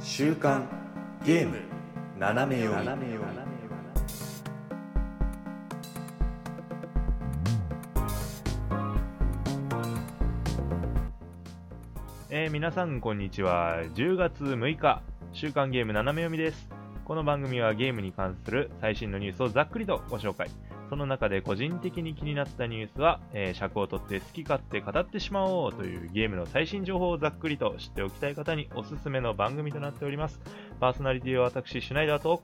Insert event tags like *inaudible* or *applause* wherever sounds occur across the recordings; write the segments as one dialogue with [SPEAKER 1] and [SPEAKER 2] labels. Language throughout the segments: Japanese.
[SPEAKER 1] 週刊ゲーム斜め読み
[SPEAKER 2] えー皆さんこんにちは10月6日週刊ゲーム斜め読みですこの番組はゲームに関する最新のニュースをざっくりとご紹介その中で個人的に気になったニュースは、えー尺を取って好き勝手語ってしまおうというゲームの最新情報をざっくりと知っておきたい方におすすめの番組となっておりますパーソナリティは私シュナイダーと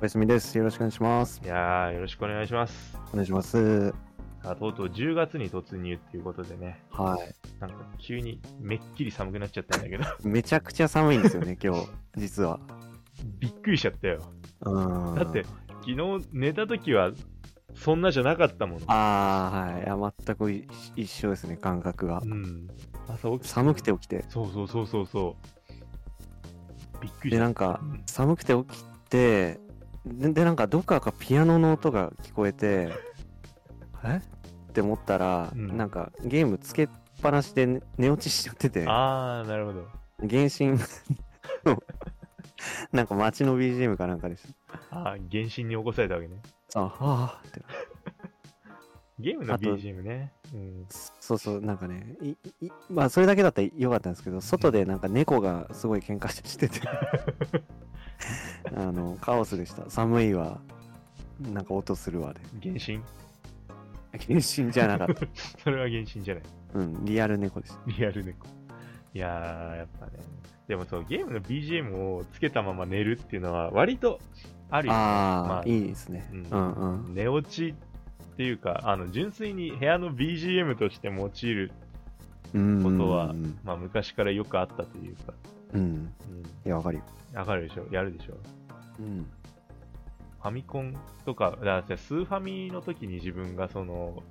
[SPEAKER 3] おやすみです。よろしくお願いします
[SPEAKER 2] い。やーよろしくお願いします
[SPEAKER 3] お願いします。
[SPEAKER 2] さあとうとう10月に突入っていうことでね
[SPEAKER 3] は
[SPEAKER 2] なんか急にめっきり寒くなっちゃったんだけど *laughs*
[SPEAKER 3] い。めちゃくちゃ寒いんで
[SPEAKER 1] *laughs*
[SPEAKER 3] すよね、今日、実は。
[SPEAKER 2] びっくりしちゃったよ
[SPEAKER 3] うん。
[SPEAKER 2] だって、昨日寝た時はそんなじゃなかったもの、
[SPEAKER 3] ああ、はいいや。全くい一緒ですね、感覚が
[SPEAKER 2] う。ん、朝起き
[SPEAKER 3] 寒くて起きて。
[SPEAKER 2] そうそうそうそうそうびっくりし
[SPEAKER 3] で、
[SPEAKER 2] た
[SPEAKER 3] なんか
[SPEAKER 2] う、ん
[SPEAKER 3] 寒くて起きて、で、でなんか、どっからかピアノの音が聞こえて、えって思ったら、
[SPEAKER 2] うん
[SPEAKER 3] なんか、ゲームつけっぱなしで寝寝落ちしちゃってて、
[SPEAKER 2] ああなるほど
[SPEAKER 3] 原神 *laughs* の、なんか街の BGM かなんかでした。
[SPEAKER 2] ああ原神に起こされたわけね
[SPEAKER 3] あ、はあ、って。
[SPEAKER 2] ゲームの
[SPEAKER 3] あと
[SPEAKER 2] BGM ね、うん、
[SPEAKER 3] そうそう、なんかね、いいまあ、それだけだったらよかったんですけど、外でなんか猫がすごい喧嘩してて、あの、カオスでした。寒いわ、なんか音するわで。
[SPEAKER 2] 原神 *laughs*
[SPEAKER 3] 原神じゃなかった。
[SPEAKER 2] それは原神じゃない
[SPEAKER 3] うん、リアル猫です。
[SPEAKER 2] リアル猫いやーやっぱねでもそうゲームの BGM をつけたまま寝るっていうのは割とあるよね
[SPEAKER 3] ああ、
[SPEAKER 2] まあ
[SPEAKER 3] いいですね。
[SPEAKER 2] う
[SPEAKER 3] うんん、うん、うん。
[SPEAKER 2] 寝落ちっていうかあの純粋に部屋の BGM として用いる、
[SPEAKER 3] うん。
[SPEAKER 2] ことは
[SPEAKER 3] うん。
[SPEAKER 2] まあ、昔からよくあったというか、
[SPEAKER 3] うんい
[SPEAKER 2] う
[SPEAKER 3] や、わかるよ。
[SPEAKER 2] ん、わかるでしょやるでしょ
[SPEAKER 3] うん。
[SPEAKER 2] ファミコンとかだからスーファミの時に自分がその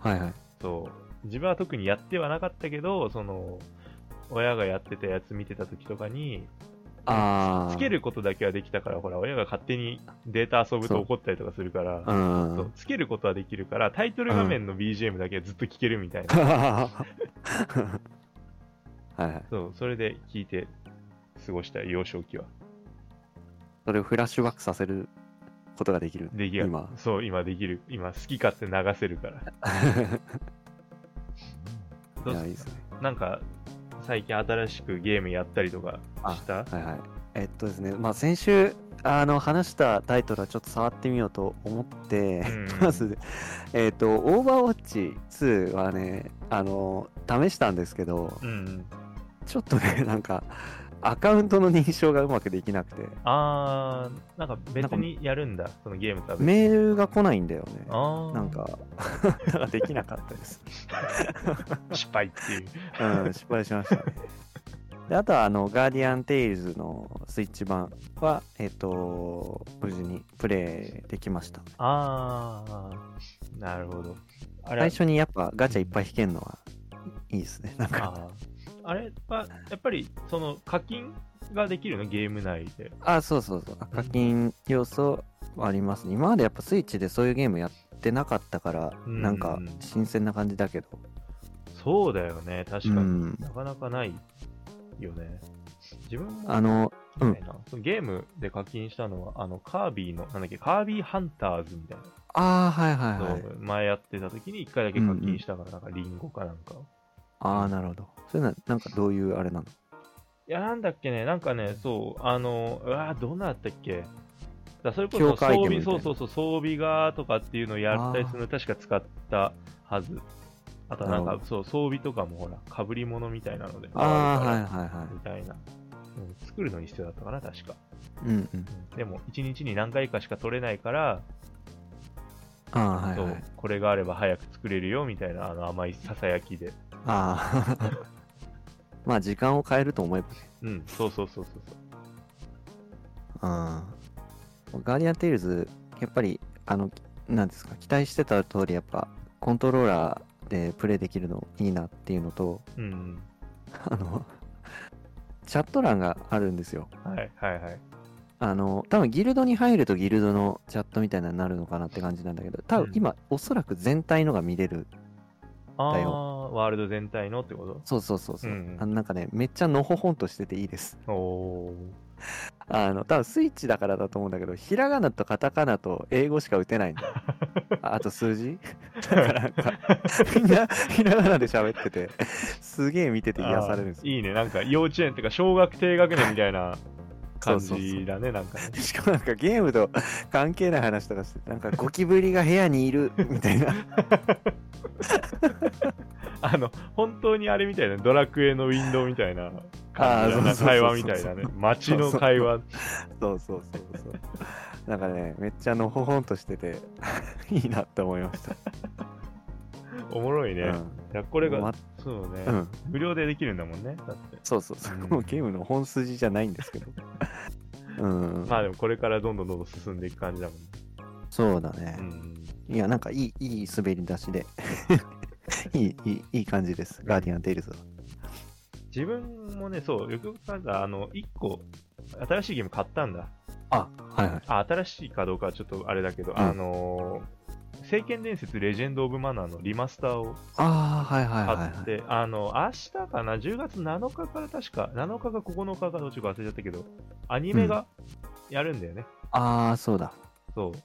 [SPEAKER 3] はいはい。
[SPEAKER 2] そう自分は特にやってはなかったけどその親がやってたやつ見てた時とかに
[SPEAKER 3] ああ。
[SPEAKER 2] つけ。ることだけはできたからほら親が勝手にデータ遊ぶと
[SPEAKER 3] そう
[SPEAKER 2] 怒ったりとかするから
[SPEAKER 3] う
[SPEAKER 2] そ
[SPEAKER 3] ん
[SPEAKER 2] う。つけることはできるからタイトル画面の BGM だけはずっと聴けるみたいな、
[SPEAKER 3] はいはい。
[SPEAKER 2] そう、それで聞いて過ごした幼少期は。
[SPEAKER 3] それをフラッシュバックさせることができる。
[SPEAKER 2] できる
[SPEAKER 3] 今
[SPEAKER 2] そう、今できる。今、好き勝手流せるから。ど
[SPEAKER 3] いうや、いい
[SPEAKER 2] す
[SPEAKER 3] ですね。
[SPEAKER 2] なんか、最近新しくゲームやったりとか
[SPEAKER 3] あ
[SPEAKER 2] し
[SPEAKER 3] は
[SPEAKER 2] た
[SPEAKER 3] いはい。えっとですね、まあ、先週、あの、話したタイトルはちょっと触ってみようと思って
[SPEAKER 2] うん、
[SPEAKER 3] まず、えっと、オーバーウォッチ2はね、あの、試したんですけど、
[SPEAKER 2] うん。
[SPEAKER 3] ちょっとね、なんか、アカウントの認証がうまくできなくて、
[SPEAKER 2] あー、なんか別にやるんだ、そのゲームとは別に。
[SPEAKER 3] メールが来ないんだよね。
[SPEAKER 2] あー、
[SPEAKER 3] なんか、だから *laughs* できなかったです。
[SPEAKER 2] 失敗って
[SPEAKER 3] *laughs*
[SPEAKER 2] いう。
[SPEAKER 3] うん、失敗しま *laughs* したね。であとは、あの、ガーディアン・テイルズのスイッチ版は、えっ、と、無事にプレイできました。
[SPEAKER 2] あー、なるほど。あれ
[SPEAKER 3] 最初にやっぱガチャいっぱい引けるのはいいですね。なんか、
[SPEAKER 2] あーあれは、やっぱり、その課金ができるのゲーム内で。
[SPEAKER 3] *laughs* あ、そうそうそう。課金要素はありますね。今までやっぱスイッチでそういうゲームやってなかったから、
[SPEAKER 2] うん
[SPEAKER 3] なんか新鮮な感じだけど。
[SPEAKER 2] そうだよね、確
[SPEAKER 3] う
[SPEAKER 2] かに。
[SPEAKER 3] ん。
[SPEAKER 2] なかなかないよね。自分も
[SPEAKER 3] あの、うん
[SPEAKER 2] みたいなそのゲームで課金したのは、あの、カービィの、なんだっけ、カービィハンターズみたい
[SPEAKER 3] ああ、はいは
[SPEAKER 2] ないのを、
[SPEAKER 3] はい。
[SPEAKER 2] 前やってた時に一回だけ課金したから、なんかリンゴかなんか。
[SPEAKER 3] ああ、なるほど。そういうのは、なんかどういうあれなの
[SPEAKER 2] いや、なんだっけね、なんかね、そう、あの、うわーどんなだったっけ。だからそれこそ
[SPEAKER 3] 強化ア
[SPEAKER 2] 装
[SPEAKER 3] イテム
[SPEAKER 2] 備、
[SPEAKER 3] みたい
[SPEAKER 2] そう
[SPEAKER 3] な
[SPEAKER 2] そうそう、装備がとかっていうのをやったりするの、確か使ったはず。あとな
[SPEAKER 3] な
[SPEAKER 2] んか
[SPEAKER 3] るほ、
[SPEAKER 2] そう、装備とかもほら、被り物みたいなので、
[SPEAKER 3] ああ、はい
[SPEAKER 2] い。
[SPEAKER 3] はいは
[SPEAKER 2] みたいな。うん作るのに必要だったかな、確か。
[SPEAKER 3] い。うんうん。
[SPEAKER 2] でも1日に何回かしか取れないから、
[SPEAKER 3] ああ、はい
[SPEAKER 2] そう
[SPEAKER 3] はい。
[SPEAKER 2] これがあれば早く作れるよみたいなあの甘いささやきで、
[SPEAKER 3] ああ。 *laughs* まあ、時間を変えると思えばね。
[SPEAKER 2] うん、そうそうそうそうそう
[SPEAKER 3] うん。ガーディアンテイルズ、やっぱり、あの、なんですか、期待してた通り、やっぱ、コントローラーでプレイできるのいいなっていうのと、、
[SPEAKER 2] うん
[SPEAKER 3] あの、チャット欄があるんですよ。
[SPEAKER 2] うん、はいはいはい、
[SPEAKER 3] あの、多分ギルドに入るとギルドのチャットみたいなのになるのかなって感じなんだけど、多
[SPEAKER 2] う
[SPEAKER 3] 分
[SPEAKER 2] ん
[SPEAKER 3] 今、おそらく全体のが見れる。
[SPEAKER 2] あ
[SPEAKER 3] だよ
[SPEAKER 2] あーワールド全体のってこ
[SPEAKER 3] そうそうそうそう。
[SPEAKER 2] うんうん
[SPEAKER 3] あのなんかね、めっちゃのほほんとしてていいです。
[SPEAKER 2] とおお
[SPEAKER 3] あの、多分スイッチだからだと思うんだけど、ひらがなとカタカナと英語しか打てないん
[SPEAKER 2] *laughs*
[SPEAKER 3] だよ。ああと数字 *laughs* だからなんか、みんなひらがなで喋ってて、すげえ見てて癒されるんですよ。
[SPEAKER 2] いいね、なんか幼稚園っていうか、小学低学年みたいな
[SPEAKER 3] *laughs*
[SPEAKER 2] 感
[SPEAKER 3] そうそうそう
[SPEAKER 2] じだね、なんかね。
[SPEAKER 3] しかもなんかゲームと関係ない話とかしててなんかゴキブリが部屋にいるみたい
[SPEAKER 2] *laughs*
[SPEAKER 3] な
[SPEAKER 2] あの、本当にあれみたいな、ドラクエのウィンドウみたいな
[SPEAKER 3] あー
[SPEAKER 2] 感じ
[SPEAKER 3] そ
[SPEAKER 2] だ
[SPEAKER 3] うそうそう
[SPEAKER 2] な
[SPEAKER 3] そう
[SPEAKER 2] 会話みたいなね。街の会話。
[SPEAKER 3] そうそうそうそうなんかねめっちゃのほほんとして *laughs* ていいなって思いました、
[SPEAKER 2] おもろいね。
[SPEAKER 3] う
[SPEAKER 2] い
[SPEAKER 3] ん
[SPEAKER 2] や、これが
[SPEAKER 3] ま、
[SPEAKER 2] そうね、
[SPEAKER 3] うん、
[SPEAKER 2] 無料でできるんだもんね。だって。
[SPEAKER 3] そうそうそこもゲームの本筋じゃないんですけどうん、
[SPEAKER 2] まあでもこれからどんどんどんどん進んでいく感じだもんね。
[SPEAKER 3] そうだね
[SPEAKER 2] う、ん。
[SPEAKER 3] いやなんかいいいい滑り出しで *laughs* いいいいいい感じですガーディアンテイルズは
[SPEAKER 2] 自分もね、そう、よくよく考えたら、あの、1個、新しいゲーム買ったんだ。
[SPEAKER 3] あはいはい
[SPEAKER 2] あ、新しいかどうかはちょっとあれだけど、
[SPEAKER 3] ん
[SPEAKER 2] あのー、聖剣伝説レジェンド・オブ・マナーのリマスターを
[SPEAKER 3] ああはいはいはい
[SPEAKER 2] 買っ
[SPEAKER 3] はい
[SPEAKER 2] て、あの、明日かな、10月7日から確か、7日か9日かどっちか忘れちゃったけど、アニメがやるんだよね。
[SPEAKER 3] ああそうだ
[SPEAKER 2] そうちょ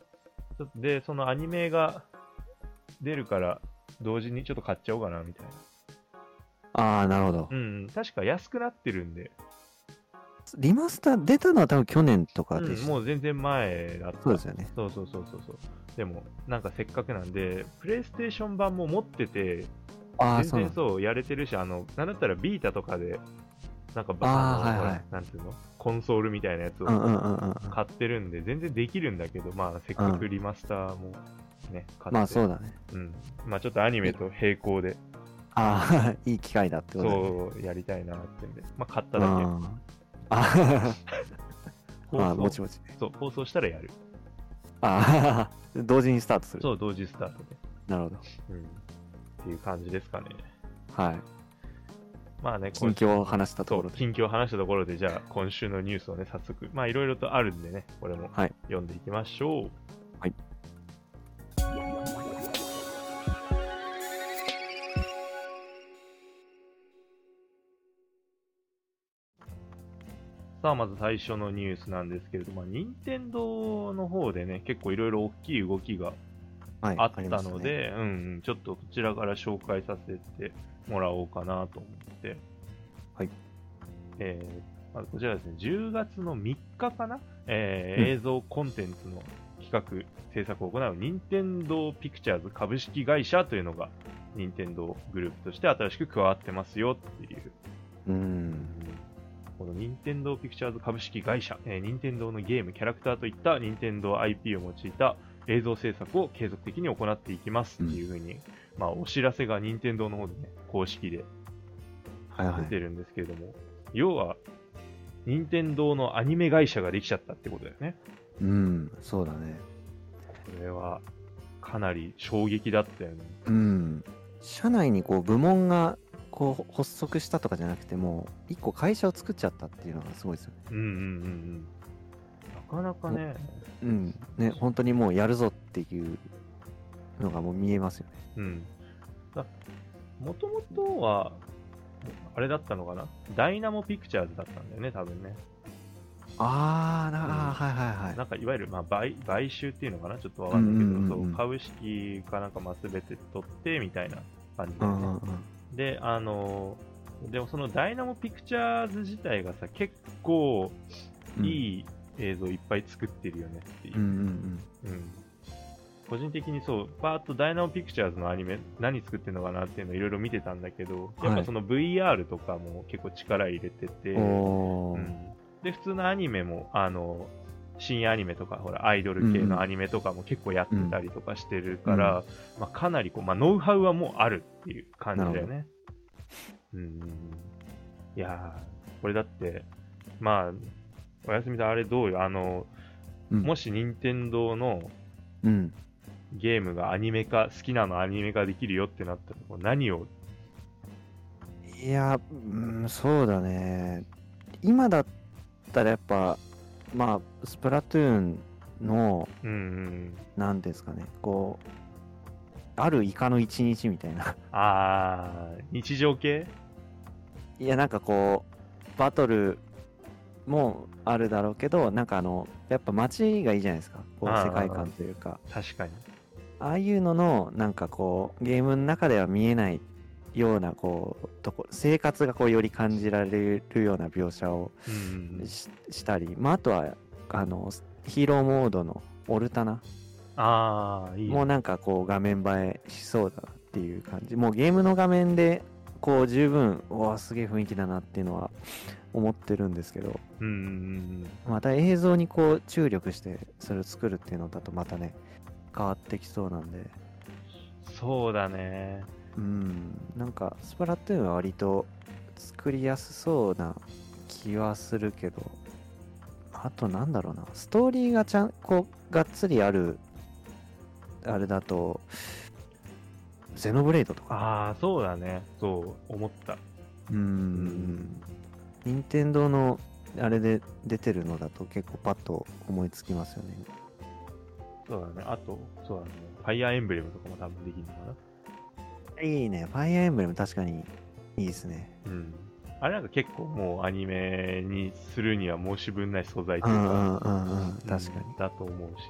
[SPEAKER 2] っと。で、そのアニメが出るから、同時にちょっと買っちゃおうかな、みたいな。
[SPEAKER 3] ああなるほど
[SPEAKER 2] うん、確か安くなってるんで、
[SPEAKER 3] リマスター出たのは多分去年とか
[SPEAKER 2] う
[SPEAKER 3] で
[SPEAKER 2] ん
[SPEAKER 3] した、
[SPEAKER 2] もう全然前だった。
[SPEAKER 3] そうですよね。
[SPEAKER 2] そうそうそうそうそう。でも、なんかせっかくなんで、プレイステーション版も持ってて、
[SPEAKER 3] ああ、
[SPEAKER 2] 全
[SPEAKER 3] そうな
[SPEAKER 2] 然
[SPEAKER 3] んだ。
[SPEAKER 2] そう、やれてるし、あの、なんだったらビータとかで、なんかば、
[SPEAKER 3] あー
[SPEAKER 2] あの
[SPEAKER 3] はいはい
[SPEAKER 2] ほらなんていうのコンソールみたいなやつ
[SPEAKER 3] うん
[SPEAKER 2] を
[SPEAKER 3] うんうんうん。
[SPEAKER 2] 買ってるんで、全然できるんだけど、まあ、せっかくリマスターもね、買って。
[SPEAKER 3] まあそうだね。
[SPEAKER 2] うん。まあちょっとアニメと並行で、
[SPEAKER 3] ああ、いい機会だってことだね
[SPEAKER 2] そう、やりたいなってんで、まあ買っただけ。
[SPEAKER 3] あー *laughs* あー、
[SPEAKER 2] 放
[SPEAKER 3] まあ、
[SPEAKER 2] 送
[SPEAKER 3] もちもち。
[SPEAKER 2] そう、放送したらやる。
[SPEAKER 3] ああ、同時にスタートする。
[SPEAKER 2] そう、同時スタートで。
[SPEAKER 3] なるほど。
[SPEAKER 2] うん。っていう感じですかね。
[SPEAKER 3] はい。
[SPEAKER 2] まあね、
[SPEAKER 3] 近
[SPEAKER 2] 今
[SPEAKER 3] 況を話したとこ
[SPEAKER 2] そ
[SPEAKER 3] ろ
[SPEAKER 2] う、
[SPEAKER 3] で。
[SPEAKER 2] 近況を話したところで、じゃあ、今週のニュースをね、早速、まあ、いろいろとあるんでね、これも
[SPEAKER 3] はい
[SPEAKER 2] 読んでいきましょう。
[SPEAKER 3] はい。
[SPEAKER 2] さあ、まず最初のニュースなんですけれども、まあ任天堂の方でね、結構いろいろ大きい動きが
[SPEAKER 3] はい
[SPEAKER 2] あっ
[SPEAKER 3] り
[SPEAKER 2] た
[SPEAKER 3] まし
[SPEAKER 2] の
[SPEAKER 3] ね
[SPEAKER 2] で、うんうん、ちょっとこちらから紹介させてもらおうかなと思って。
[SPEAKER 3] はい。
[SPEAKER 2] えーまずこちらですね、10月の3日かな、えー
[SPEAKER 3] うん
[SPEAKER 2] 映像コンテンツの企画、制作を行う任天堂ピクチャーズ株式会社というのが、任天堂グループとして新しく加わってますよっていう
[SPEAKER 3] うん。
[SPEAKER 2] この任天堂ピクチャーズ株式会社、えー、任天堂のゲーム、キャラクターといった任天堂 IP を用いた映像制作を継続的に行っていきますっていうふうに、まあ、お知らせが任天堂の方でね、公式で
[SPEAKER 3] はいは
[SPEAKER 2] 出て
[SPEAKER 3] い。
[SPEAKER 2] るんですけれども、要は、任天堂のアニメ会社ができちゃったってことだよね。
[SPEAKER 3] うん、そうだね。
[SPEAKER 2] これは、かなり衝撃だったよね。
[SPEAKER 3] うん。社内にこう部門がこう発足したとかじゃなくてもう一個会社を作っちゃったっていうのがすごいですよね。
[SPEAKER 2] うんうんうんうん。なかなかね、
[SPEAKER 3] うん、ね、本当にもうやるぞっていうのがもう見えますよね。
[SPEAKER 2] うん。もともとは、あれだったのかなダイナモピクチャーズだったんだよね、多分ね。
[SPEAKER 3] あー、な
[SPEAKER 2] うん
[SPEAKER 3] あー、はいはいは。
[SPEAKER 2] ないんかいわゆる、まあ、買買収っていうのかなちょっとわかんないけど、
[SPEAKER 3] うんうんうんうん
[SPEAKER 2] そう株式かなんかまあ全て取ってみたいな感じ
[SPEAKER 3] う
[SPEAKER 2] だよ
[SPEAKER 3] んう
[SPEAKER 2] ね
[SPEAKER 3] んうん。
[SPEAKER 2] で、あのーでもそのダイナモピクチャーズ自体がさ、結構いい映像いっぱい作ってるよねっていう
[SPEAKER 3] うん。うん
[SPEAKER 2] うん個人的にそう、バーッとダイナモピクチャーズのアニメ、何作ってるのかなっていうのをいろいろ見てたんだけど、やっ
[SPEAKER 3] は
[SPEAKER 2] ぱ
[SPEAKER 3] い
[SPEAKER 2] その VR とかも結構力入れてて、
[SPEAKER 3] うん。お
[SPEAKER 2] う
[SPEAKER 3] ー。
[SPEAKER 2] んで、普通のアニメも、あの、深夜アニメとか、ほら、アイドル系
[SPEAKER 3] うんうん
[SPEAKER 2] のアニメとかも結構やってたりとかしてるから、まあ、かなりこう、まあ、ノウハウはもうあるっていう感じだよね。うん。いやー、これだって、まあ、おやすみさん、あれどうよ、あの、
[SPEAKER 3] うん
[SPEAKER 2] もし任天堂の
[SPEAKER 3] うん。
[SPEAKER 2] ゲームがアニメ化、好きなのアニメ化できるよってなったら、こう何を、
[SPEAKER 3] いや、うん、そうだね。今だったらやっぱ、まあ、スプラトゥーンの、
[SPEAKER 2] うんうん、
[SPEAKER 3] なんですかね、こう、あるイカの一日みたいな。 *laughs*
[SPEAKER 2] あー、日常系
[SPEAKER 3] いや、なんかこう、バトルもあるだろうけど、なんかあの、やっぱ街がいいじゃないですか。こう
[SPEAKER 2] あー
[SPEAKER 3] 世界観というか。
[SPEAKER 2] 確かに。
[SPEAKER 3] ああいうのの、なんかこう、ゲームの中では見えないような、こう、とこ、生活がこう、より感じられるような描写を
[SPEAKER 2] うんうんうん。
[SPEAKER 3] ししたり、まあ、あとは、あの、ヒーローモードのオルタナ
[SPEAKER 2] ああ、いいね。
[SPEAKER 3] もうなんかこう画面映えしそうだなっていう感じもうゲームの画面でこう十分うわすげえ雰囲気だなっていうのは思ってるんですけど
[SPEAKER 2] うんうん
[SPEAKER 3] また映像にこう注力してそれを作るっていうのだとまたね変わってきそうなんで
[SPEAKER 2] うん。そうだね。
[SPEAKER 3] うんなんかスプラトゥーンは割と作りやすそうな気はするけどあとなんだろうなストーリーがちゃんこうがっつりあるあれだとゼノブレイドとか
[SPEAKER 2] ああ、そうだね。そう、思った。
[SPEAKER 3] うーん。任天堂のあれで出てるのだと結構パッと思いつきますよね。
[SPEAKER 2] そうだね。あと、そうだね。ファイアーエンブレムとかも多分できるのかな。
[SPEAKER 3] いいね。ファイアーエンブレム確かにいいですね。
[SPEAKER 2] うん。あれなんか結構もうアニメにするには申し分ない素材と
[SPEAKER 3] う
[SPEAKER 2] いうん
[SPEAKER 3] う
[SPEAKER 2] か、
[SPEAKER 3] んうんうん。確かに。
[SPEAKER 2] うんだと思うし。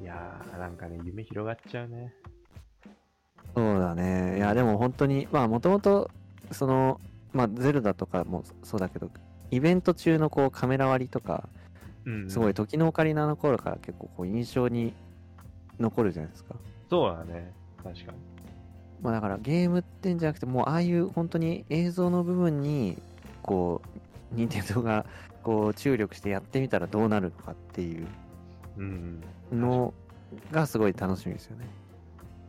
[SPEAKER 2] いやー、なんかね、夢広がっちゃうね。
[SPEAKER 3] そうだね。いや、でも本当に、まあもともと、その、まあゼルダとかもそうだけど、イベント中のこうカメラ割りとか、
[SPEAKER 2] うん。
[SPEAKER 3] すごい。時のオカリナの頃から結構こう印象に残るじゃないですか。
[SPEAKER 2] そうだね。確かに。
[SPEAKER 3] まあだからゲームってんじゃなくてもうああいう本当に映像の部分にこう任天堂がこう注力してやってみたらどうなるのかっていう
[SPEAKER 2] うんうん。
[SPEAKER 3] のがすごい楽しみですよね。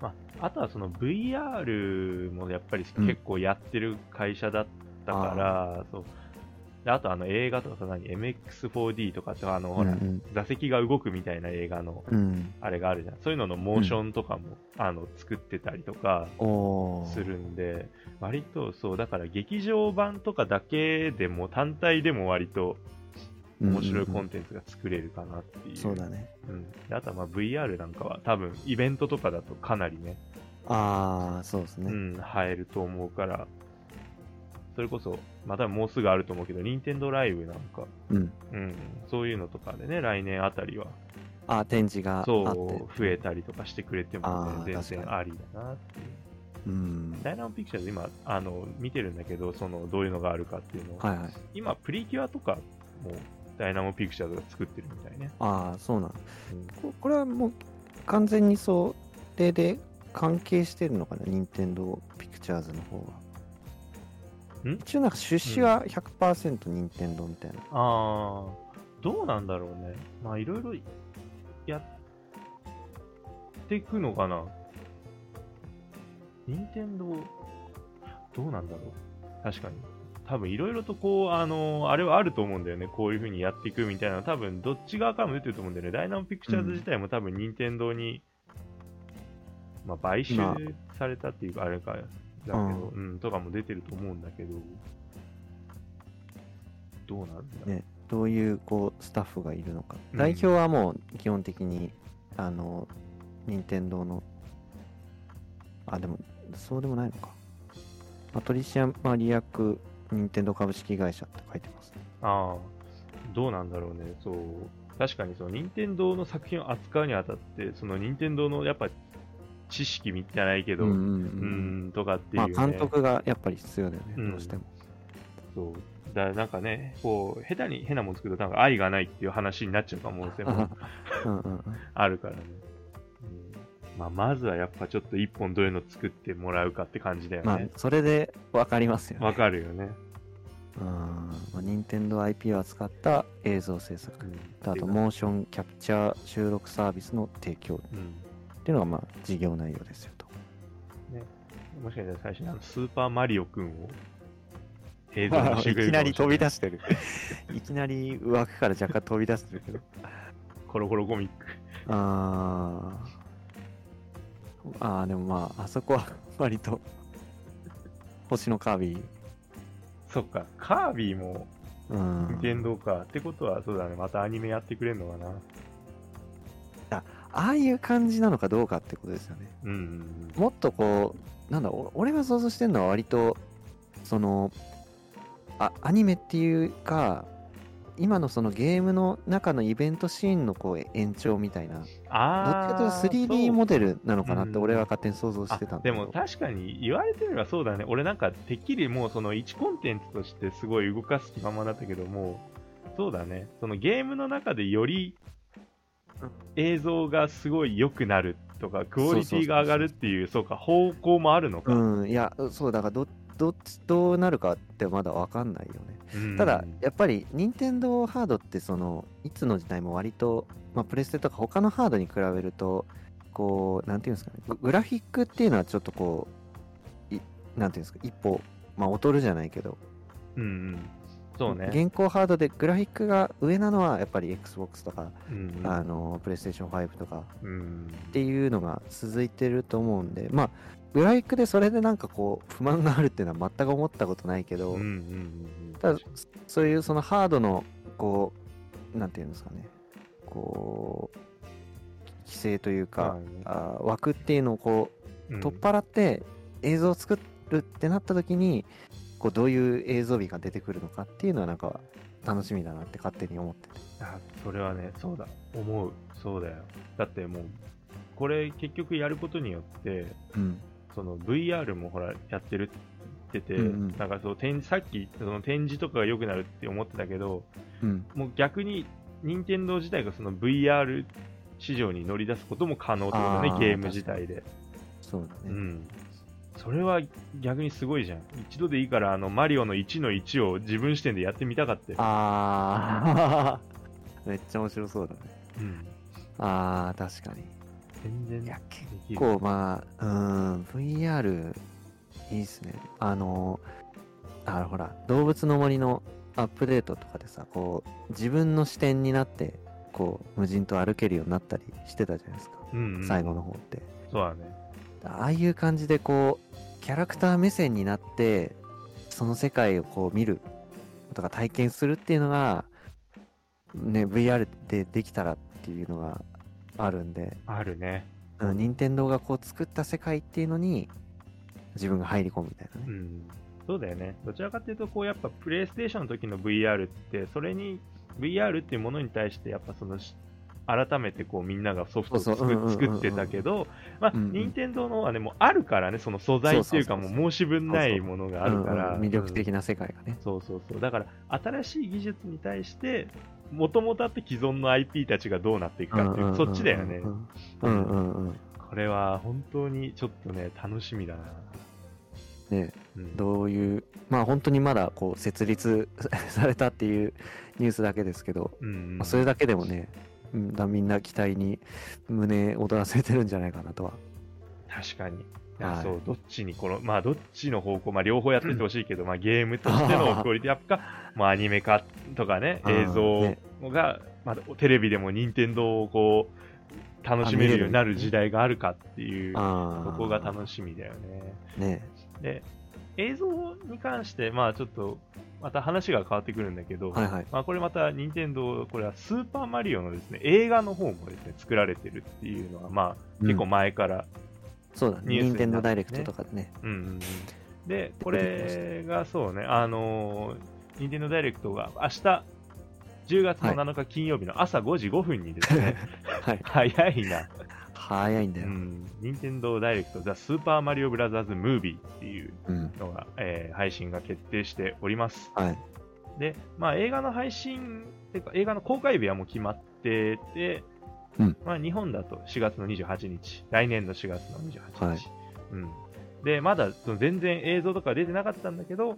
[SPEAKER 2] まあ、あとはその VR もやっぱり
[SPEAKER 3] うん
[SPEAKER 2] 結構やってる会社だったから、そうであとあの映画とかさ何 MX4D とかってあのほら、
[SPEAKER 3] うん
[SPEAKER 2] 座席が動くみたいな映画の
[SPEAKER 3] うん、
[SPEAKER 2] あれがあるじゃんそういうののモーションとかも、あの作ってたりとか
[SPEAKER 3] お
[SPEAKER 2] するんで割とそうだから劇場版とかだけでも単体でも割と面白いコン
[SPEAKER 3] テ
[SPEAKER 2] テンツが作れるかなっていう、
[SPEAKER 3] そうだね。
[SPEAKER 2] うんであとはまあ VR なんかは多分イベントとかだとかなりね
[SPEAKER 3] ああそうです
[SPEAKER 2] う
[SPEAKER 3] ね。
[SPEAKER 2] ん、入ると思うから、それこそ、まあ、多分もうすぐあると思うけど、任天堂ライブなんか、
[SPEAKER 3] うん。
[SPEAKER 2] うん、そういうのとかでね、来年あたりは、
[SPEAKER 3] あ展示があって。
[SPEAKER 2] そう、増えたりとかしてくれても
[SPEAKER 3] あ
[SPEAKER 2] ね、
[SPEAKER 3] ー
[SPEAKER 2] 全
[SPEAKER 3] 確
[SPEAKER 2] 然
[SPEAKER 3] か
[SPEAKER 2] ありだなっていう。
[SPEAKER 3] うん。
[SPEAKER 2] ダイナモンピクチャーズ今、あの、見てるんだけど、その、どういうのがあるかっていうのを、
[SPEAKER 3] はいはい。
[SPEAKER 2] 今、プリキュアとかも、ダイナモンピクチャーズが作ってるみたいね。
[SPEAKER 3] ああそうなん
[SPEAKER 2] うん
[SPEAKER 3] ここれはもう完全に想定で関係してるのかな、任天堂ピクチャーズの方は。
[SPEAKER 2] ん
[SPEAKER 3] 一応なんか出資は100%任天堂みたいな。
[SPEAKER 2] あー、どうなんだろうね。まあ、いろいろやっていくのかな。任天堂どうなんだろう。確かに。多分いろいろとこう、あのあれはあると思うんだよね。こういう風にやっていくみたいな。多分どっち側からも出てると思うんだよね。ダイナモンピクチャーズ自体も多分任天堂に、まあ、買収
[SPEAKER 3] ま
[SPEAKER 2] されたっていうか、あれか、だけど、うん、とかも出てると思うんだけど、どうなるんだろう。
[SPEAKER 3] ねどういうこうスタッフがいるのか。
[SPEAKER 2] うん
[SPEAKER 3] 代表はもう基本的に、あの、任天堂の、あ、でも、そうでもないのか。まあ取締役、任天堂株式会社って書いてますね。
[SPEAKER 2] ああ、どうなんだろうね。そう。確かにその任天堂の作品を扱うにあたって、その任天堂のやっぱ知識みたいないけど、
[SPEAKER 3] うんう
[SPEAKER 2] うん
[SPEAKER 3] うん
[SPEAKER 2] ん、とかってい
[SPEAKER 3] ま
[SPEAKER 2] う、
[SPEAKER 3] あ
[SPEAKER 2] ね。
[SPEAKER 3] 監督がやっぱり必要だよね、
[SPEAKER 2] うん
[SPEAKER 3] どうしても。
[SPEAKER 2] そう。だからなんかね、こう、下手に変なもん作るとなんか愛がないっていう話になっちゃう可能性も
[SPEAKER 3] うん
[SPEAKER 2] *laughs*
[SPEAKER 3] うんうん
[SPEAKER 2] あるからね。うんまあ、まずはやっぱちょっと一本どういうの作ってもらうかって感じだよ
[SPEAKER 3] まあ
[SPEAKER 2] ね。
[SPEAKER 3] それで分かりますよね。
[SPEAKER 2] わ、かるよね。
[SPEAKER 3] うんまあ、任天堂 IP を扱った映像制作
[SPEAKER 2] うん
[SPEAKER 3] あとモーションキャプチャー収録サービスの提供っ
[SPEAKER 2] うん。
[SPEAKER 3] ていうのがまあ事業内容ですよと。
[SPEAKER 2] もしかしたら最初にあのスーパーマリオくんを映像に *laughs* してくれるかもしれ
[SPEAKER 3] いきなり飛び出してる。いきなり枠から若干飛び出してるけど。
[SPEAKER 2] コロコロコミック。
[SPEAKER 3] あーあー、でもまああそこは割と星のカービィ。
[SPEAKER 2] *laughs* そっか、カービィも
[SPEAKER 3] うん、
[SPEAKER 2] 任天堂か。ってことは、そうだね、またアニメやってくれるのかな。
[SPEAKER 3] ああいう感じなのかどうかってことですよね。
[SPEAKER 2] うんうん
[SPEAKER 3] もっとこうなんだお俺が想像してるのは割とそのあアニメっていうか今のそのゲームの中のイベントシーンのこう延長みたいなどっち
[SPEAKER 2] あ
[SPEAKER 3] か
[SPEAKER 2] ー
[SPEAKER 3] というと
[SPEAKER 2] そう
[SPEAKER 3] 3D モデルなのかなって
[SPEAKER 2] うん
[SPEAKER 3] 俺は勝手に想像してたんだけ
[SPEAKER 2] で
[SPEAKER 3] ど
[SPEAKER 2] も確かに言われてみればそうだね俺なんかてっきりもうその1コンテンツとしてすごい動かす気ままだったけどもそうだねそのゲームの中でより
[SPEAKER 3] うん
[SPEAKER 2] 映像がすごい良くなるとかクオリティが
[SPEAKER 3] そうそうそうそう
[SPEAKER 2] 上がるっていうそうか方向もあるのか、
[SPEAKER 3] うんいやそうだからどどっちどうなるかってまだ分かんないよね
[SPEAKER 2] うん
[SPEAKER 3] ただやっぱり任天堂ハードってそのいつの時代も割と、まあ、プレステとか他のハードに比べるとこうなんていうんですかねググラフィックっていうのはちょっとこういなんていうんですか一歩、まあ、劣るじゃないけど、
[SPEAKER 2] うんうんそうね、
[SPEAKER 3] 現行ハードでグラフィックが上なのはやっぱり XBOX とか、
[SPEAKER 2] うん
[SPEAKER 3] あのプレイステーション5とか
[SPEAKER 2] うん
[SPEAKER 3] っていうのが続いてると思うんでまあグラフィックでそれでなんかこう不満があるっていうのは全く思ったことないけど、
[SPEAKER 2] うんうんうん
[SPEAKER 3] ただそそういうそのハードのこうなんていうんですかねこう規制というか、あー枠っていうのをこ
[SPEAKER 2] う
[SPEAKER 3] うん取っ払って映像を作るってなった時にこうどういう映像美が出てくるのかっていうのはなんか楽しみだなって勝手に思ってて
[SPEAKER 2] あそれはねそうだ思うそうだよだってもうこれ結局やることによって
[SPEAKER 3] うん
[SPEAKER 2] その VR もほらやってるって言ってて、
[SPEAKER 3] うんうん
[SPEAKER 2] なんかそう展示さっきその展示とかが良くなるって思ってたけど
[SPEAKER 3] うん
[SPEAKER 2] もう逆に任天堂自体がその VR 市場に乗り出すことも可能ってことだね
[SPEAKER 3] あー
[SPEAKER 2] ゲーム自体で、
[SPEAKER 3] そうだ
[SPEAKER 2] う
[SPEAKER 3] ね、
[SPEAKER 2] ん、それは逆にすごいじゃん一度でいいからあのマリオの1の1を自分視点でやってみたかったよ、
[SPEAKER 3] ああ *laughs* めっちゃ面白そうだね
[SPEAKER 2] うん、
[SPEAKER 3] ああ確かに
[SPEAKER 2] 全然
[SPEAKER 3] いや
[SPEAKER 2] で
[SPEAKER 3] 結
[SPEAKER 2] きる
[SPEAKER 3] 構まあうーん VR いいっすねあのあのほら動物の森のアップデートとかでさこう自分の視点になってこう無人島歩けるようになったりしてたじゃないですか、
[SPEAKER 2] うんうん
[SPEAKER 3] 最後の方って
[SPEAKER 2] そうだね
[SPEAKER 3] ああいう感じでこうキャラクター目線になってその世界をこう見るとか体験するっていうのがね VR でできたらっていうのがあるんで
[SPEAKER 2] あるね
[SPEAKER 3] あの任天堂がこう作った世界っていうのに自分が入り込むみたいな
[SPEAKER 2] う
[SPEAKER 3] ね。
[SPEAKER 2] ん、そうだよね、どちらかというと、こうやっぱプレイステーションの時の VR って、それに VR っていうものに対して、やっぱそのし改めてこうみんながソフトを
[SPEAKER 3] そう
[SPEAKER 2] 作
[SPEAKER 3] そううんうんうんうん
[SPEAKER 2] 作ってたけど、まあ、
[SPEAKER 3] うんうん
[SPEAKER 2] 任天堂の方はね、もうあるからね、その素材っていう
[SPEAKER 3] そ
[SPEAKER 2] か、
[SPEAKER 3] う
[SPEAKER 2] も
[SPEAKER 3] そううそう
[SPEAKER 2] 申し分ないものがあるから、
[SPEAKER 3] うんうん魅力
[SPEAKER 2] うん
[SPEAKER 3] 的な世界がね。
[SPEAKER 2] そうそうそう、だから新しい技術に対して、もともとあって既存の IP たちがどうなっていくかっていう、
[SPEAKER 3] うんうんうんうん
[SPEAKER 2] そっちだよね、
[SPEAKER 3] うんうんうん。
[SPEAKER 2] これは本当にちょっとね、楽しみだな。
[SPEAKER 3] ね
[SPEAKER 2] うん
[SPEAKER 3] どういう、まあ本当にまだこう設立されたっていうニュースだけですけど、
[SPEAKER 2] うんうん
[SPEAKER 3] まあそれだけでもね、うんだみんな期待に胸躍らせてるんじゃないかなとは。
[SPEAKER 2] 確かに。いや
[SPEAKER 3] はい
[SPEAKER 2] そうどっちにこの、まあ、どっちの方向、まあ、両方やってってほしいけど、まあ、ゲームとして
[SPEAKER 3] *laughs*
[SPEAKER 2] のクオリティアップか、まあ、アニメ化とかね、
[SPEAKER 3] あ
[SPEAKER 2] 映
[SPEAKER 3] ーね
[SPEAKER 2] 像が、まあ、テレビでも任天堂をこう楽しめるようになる時代があるかっていう、
[SPEAKER 3] あ
[SPEAKER 2] そこが楽しみだよね。
[SPEAKER 3] い。ね
[SPEAKER 2] で、映像に関して、まあ、ちょっと、また話が変わってくるんだけど、
[SPEAKER 3] はいはい。
[SPEAKER 2] まあ、これまた任天堂これはスーパーマリオのですね映画の方もですね作られてるっていうのは、まあ、結構前から
[SPEAKER 3] そうだね。
[SPEAKER 2] ニュースになってね
[SPEAKER 3] 任天堂ダイレクトとかでね。
[SPEAKER 2] うんうんうんで、これがそうね、あのー、任天堂ダイレクトが明日10月の7日金曜日の朝5時5分にですね、
[SPEAKER 3] はい。
[SPEAKER 2] 早いな、
[SPEAKER 3] 早いん
[SPEAKER 2] う
[SPEAKER 3] だよ。
[SPEAKER 2] ん、任天堂ダイレクトザ・スーパーマリオブラザーズ・ムービーっていう
[SPEAKER 3] うん。
[SPEAKER 2] のが、えー配信が決定しております。
[SPEAKER 3] はい。
[SPEAKER 2] で、まあ映画の配信、てか映画の公開日はもう決まってて、
[SPEAKER 3] うん
[SPEAKER 2] まあ日本だと4月の28日、来年の4月の28日。
[SPEAKER 3] はい
[SPEAKER 2] うん。で、まだその全然映像とか出てなかったんだけど、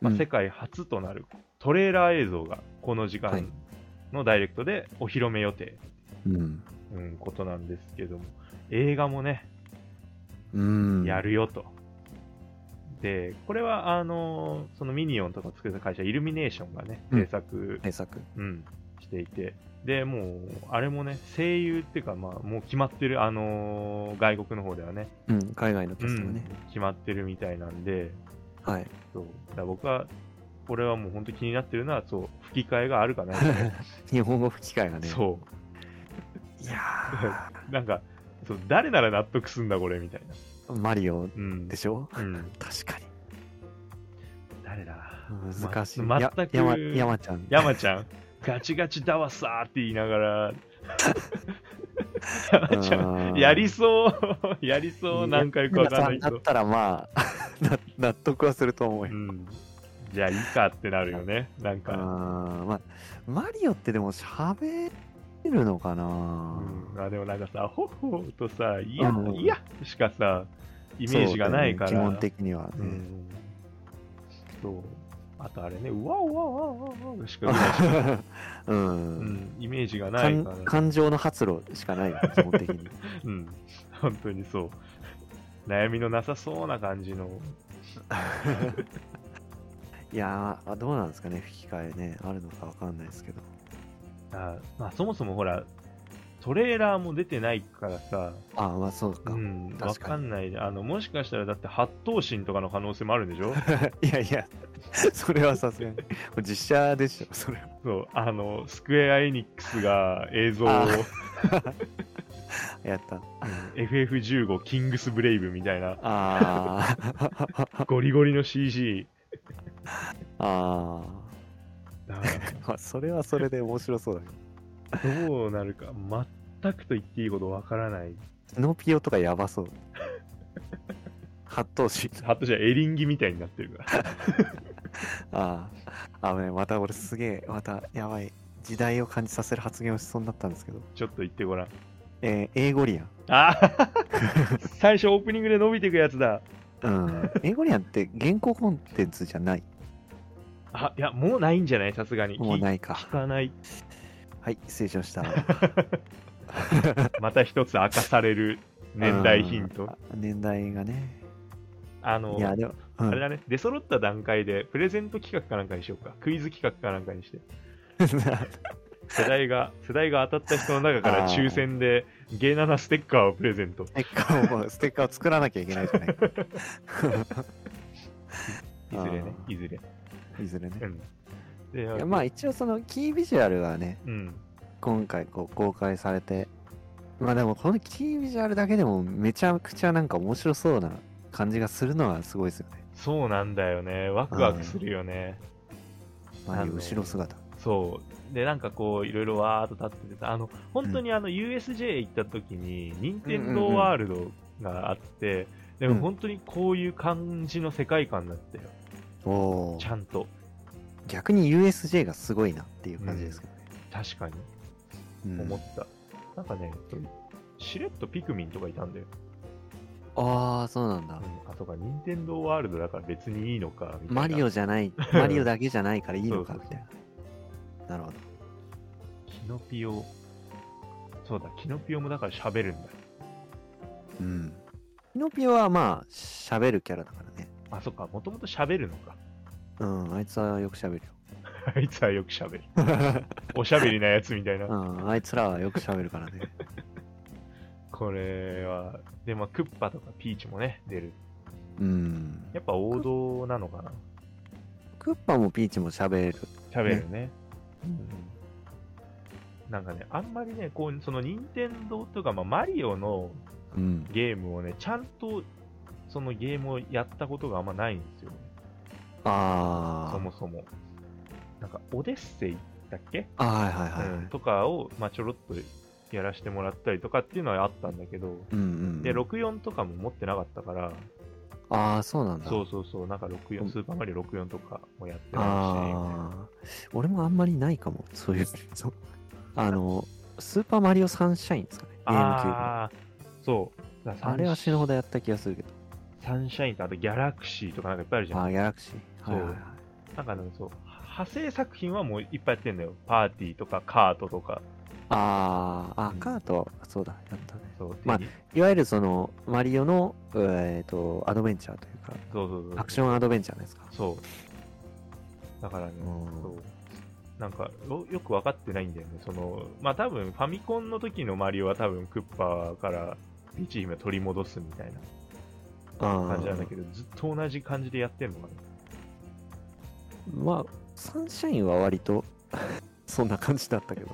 [SPEAKER 2] まあ、
[SPEAKER 3] うん
[SPEAKER 2] 世界初となるトレーラー映像がこの時
[SPEAKER 3] はい
[SPEAKER 2] 間のダイレクトでお披露目予定、
[SPEAKER 3] うん。
[SPEAKER 2] うん、ことなんですけども、映画もね、
[SPEAKER 3] うん。
[SPEAKER 2] やるよと。で、これは、あのーそのミニオンとか作った会社、イルミネーションがね、
[SPEAKER 3] うん
[SPEAKER 2] 制作、
[SPEAKER 3] 対策。
[SPEAKER 2] うん、していて、で、もう、あれもね、声優っていうか、まあ、もう決まってる、あのー外国の方ではね、
[SPEAKER 3] うん、海外のキャストが
[SPEAKER 2] うん
[SPEAKER 3] ね。、
[SPEAKER 2] 決まってるみたいなんで、
[SPEAKER 3] はい。
[SPEAKER 2] そうだから僕は、俺はもう本当気になってるのは、そう、吹き替えがあるかないか
[SPEAKER 3] 日本語吹き替えが *laughs* ね。。
[SPEAKER 2] そう
[SPEAKER 3] いや
[SPEAKER 2] う。なんか、そう誰なら納得すんだ、これ、
[SPEAKER 3] *laughs*
[SPEAKER 2] みたいな。
[SPEAKER 3] ー、マリオ
[SPEAKER 2] うん
[SPEAKER 3] で。しょ
[SPEAKER 2] うん、
[SPEAKER 3] 確かに。
[SPEAKER 2] 誰だ
[SPEAKER 3] 難しい。
[SPEAKER 2] ま
[SPEAKER 3] や
[SPEAKER 2] 全く
[SPEAKER 3] 山山ちゃん。
[SPEAKER 2] 山ちゃん、 *laughs* ガチガチだわさーって言いな
[SPEAKER 3] *laughs*
[SPEAKER 2] がら、山ちゃん、
[SPEAKER 3] うん
[SPEAKER 2] やりそう、 *laughs* やりそう、何回かわかんないけ
[SPEAKER 3] 山ちゃんだ
[SPEAKER 2] ど
[SPEAKER 3] っ。たらまあ、 *laughs* な納得はすると思う
[SPEAKER 2] う
[SPEAKER 3] よ。
[SPEAKER 2] ん。じゃあいいかってなるよね。なん
[SPEAKER 3] あー
[SPEAKER 2] か。
[SPEAKER 3] まあ、マリオってでも喋るのかな、
[SPEAKER 2] うん、あでもなんかさ、ほっほーとさ、いや、
[SPEAKER 3] うん
[SPEAKER 2] いやしかさ、イメージがないから。
[SPEAKER 3] そうだよね基本的にはね、
[SPEAKER 2] うん。そう。あとあれね、うわうわうわうわうわしか言えないし、
[SPEAKER 3] *laughs* う
[SPEAKER 2] うんん、イメージがないか
[SPEAKER 3] 感
[SPEAKER 2] ら。
[SPEAKER 3] 感情の発露しかないよ基本的に *laughs*
[SPEAKER 2] うん。本当にそう。悩みのなさそうな感じの。
[SPEAKER 3] いやーどうなんですかね吹き替えねあるのかわかんないですけど
[SPEAKER 2] あまあそもそもほら、トレーラーも出てないからさ、
[SPEAKER 3] あまあそうか、*laughs*
[SPEAKER 2] う
[SPEAKER 3] い
[SPEAKER 2] ん、
[SPEAKER 3] 確かに
[SPEAKER 2] わかんない。あの、もしかしたらだって、八頭身とかの可能性もあるんで
[SPEAKER 3] *laughs*
[SPEAKER 2] しょ
[SPEAKER 3] やいやそれはさすがにもう *laughs* 実写でしょそれは
[SPEAKER 2] そう、あの、スクエア・エニックスが映像を
[SPEAKER 3] あやった
[SPEAKER 2] FF15 キングス・ブレイブみたいな、
[SPEAKER 3] あー
[SPEAKER 2] ゴリゴリの CG。
[SPEAKER 3] *laughs* あ
[SPEAKER 2] だか
[SPEAKER 3] ー、まあ、それはそれで面白そうだけど
[SPEAKER 2] らどうなるか、全くと言っていいほどわからない。
[SPEAKER 3] キノピオとかやばそう発頭身
[SPEAKER 2] ハッとじゃエリンギみたいになってるから。
[SPEAKER 3] ああ、危ない。また俺すげえ、またやばい。時代を感じさせる発言をしそうになったんですけど。
[SPEAKER 2] ちょっと言ってごらん。
[SPEAKER 3] えー、英語リアン。
[SPEAKER 2] あー最初オー *laughs* プニングで伸びていくやつだ。 *laughs*
[SPEAKER 3] うん。英語リアンって原稿コンテンツじゃない。
[SPEAKER 2] あ、いや、もうないんじゃないさすがに。。
[SPEAKER 3] もうないいか
[SPEAKER 2] 聞。かない。
[SPEAKER 3] はい、失礼しました。
[SPEAKER 2] また一つ明かされる *laughs* 年代ヒント。
[SPEAKER 3] うん。年代がね。
[SPEAKER 2] あの
[SPEAKER 3] い、や、でも、う
[SPEAKER 2] あ
[SPEAKER 3] ん *laughs*
[SPEAKER 2] れだね、出揃った段階で、プレゼント企画かなんかにしようか。クイズ企画かなんかにして。世
[SPEAKER 3] *laughs*
[SPEAKER 2] 代が、世代が当たった人の中から
[SPEAKER 3] あー
[SPEAKER 2] 抽選で、ゲイナナステッカーをプレゼント。
[SPEAKER 3] ステッカーをもう、ステッカーを作らなきゃいけないじゃないか。
[SPEAKER 2] *laughs* いずれ
[SPEAKER 3] *laughs*
[SPEAKER 2] ね、
[SPEAKER 3] あ
[SPEAKER 2] いずれ。
[SPEAKER 3] ーいずれね
[SPEAKER 2] う。ん。で
[SPEAKER 3] いやまあ一応そのキービジュアルはね、
[SPEAKER 2] うん。
[SPEAKER 3] 今回こう公開されてまあでもこのキービジュアルだけでもめちゃくちゃなんか面白そうな感じがするのはすごいですよね
[SPEAKER 2] そうなんだよね。ワクワクするよね。
[SPEAKER 3] マリ
[SPEAKER 2] あ
[SPEAKER 3] オ
[SPEAKER 2] の
[SPEAKER 3] 後ろ姿
[SPEAKER 2] そう。で、なんかこう、いろいろわーっと立っててさ、あの、本当にあの、USJ 行った時に、任天堂ワールドがあって、で
[SPEAKER 3] ん
[SPEAKER 2] も本当にこういう感じの世界観だったよ。
[SPEAKER 3] おお
[SPEAKER 2] ちゃんと。
[SPEAKER 3] 逆に USJ がすごいなっていう感じですけどね、
[SPEAKER 2] 確かに。
[SPEAKER 3] うん
[SPEAKER 2] 思った。なんかね、しれっとピクミンとかいたんだよ。
[SPEAKER 3] ああそうなんだ
[SPEAKER 2] うん、あとか、任天堂ワールドだから別にいいのか、みたいな。
[SPEAKER 3] マリオじゃないマリオだけじゃないからいいのか
[SPEAKER 2] そう
[SPEAKER 3] み
[SPEAKER 2] そ
[SPEAKER 3] た
[SPEAKER 2] う
[SPEAKER 3] いななるほど
[SPEAKER 2] キノピオ。そうだ、キノピオもだから喋るんだよ。
[SPEAKER 3] うんキノピオはまあ喋るキャラだからね
[SPEAKER 2] あ、そっか、もともと喋るのか。 *laughs*
[SPEAKER 3] うんあいつはよく喋るよ
[SPEAKER 2] あいつはよく
[SPEAKER 3] *laughs*
[SPEAKER 2] 喋る。おしゃべりなやつみたいな
[SPEAKER 3] う。んあいつらはよく喋るからね
[SPEAKER 2] これは、で、まあ、クッパとかピーチもね、出る。
[SPEAKER 3] うん
[SPEAKER 2] やっぱ王道なのかな。
[SPEAKER 3] クッパもピーチも喋る。
[SPEAKER 2] 喋るね。なんかね、あんまりね、こう、その、任天堂とか、まあ、マリオの
[SPEAKER 3] うん。
[SPEAKER 2] ゲームをね、ちゃんと、そのゲームをやったことがあんまないんですよね。
[SPEAKER 3] あ
[SPEAKER 2] そもそも。なんか、オデッセイだっけ、
[SPEAKER 3] あ。あはいはいはい。
[SPEAKER 2] うん、とかを、まあ、ちょろっとやらせてもらったりとかっていうのはあったんだけど、
[SPEAKER 3] うんうん。
[SPEAKER 2] で、64とかも持ってなかったから、
[SPEAKER 3] ああ、そうなんだ。
[SPEAKER 2] そうそうそう、なんか
[SPEAKER 3] うん
[SPEAKER 2] 64、スーパーマリオ64とかもやってないし、
[SPEAKER 3] ああ。俺もあんまりないかも。そういう。そうあの、スーパーマリオサンシャインですかね。ゲームキューブの
[SPEAKER 2] あーそう。だからサン
[SPEAKER 3] あれは死ぬほどやった気がするけど。
[SPEAKER 2] サンシャインとあとギャラクシーとかなんかいっぱいあるじゃ
[SPEAKER 3] あ
[SPEAKER 2] ん。
[SPEAKER 3] あ、ギャラクシー。はいはいはい。
[SPEAKER 2] なんかね、そう。派生作品はもういっぱいやってんだよ。パーティーとかカートとか。
[SPEAKER 3] ああ、あ
[SPEAKER 2] うん
[SPEAKER 3] カート、そうだ、やったね。
[SPEAKER 2] そう。
[SPEAKER 3] まあ
[SPEAKER 2] 手に
[SPEAKER 3] いわゆるその、マリオの、えっ、と、アドベンチャーというか、
[SPEAKER 2] そうそうそう。
[SPEAKER 3] アクションアドベンチャーですか。
[SPEAKER 2] そう。だからね、
[SPEAKER 3] うん
[SPEAKER 2] そう。なんかよ、よく分かってないんだよね。その、まあ多分、ファミコンの時のマリオは多分、クッパからピーチ姫を取り戻すみたいな
[SPEAKER 3] 感
[SPEAKER 2] 感じなんだけど、ずっと同じ感じでやってんのかな。
[SPEAKER 3] まあ、サンシャインは割と、 *laughs* そんな感じだったけど。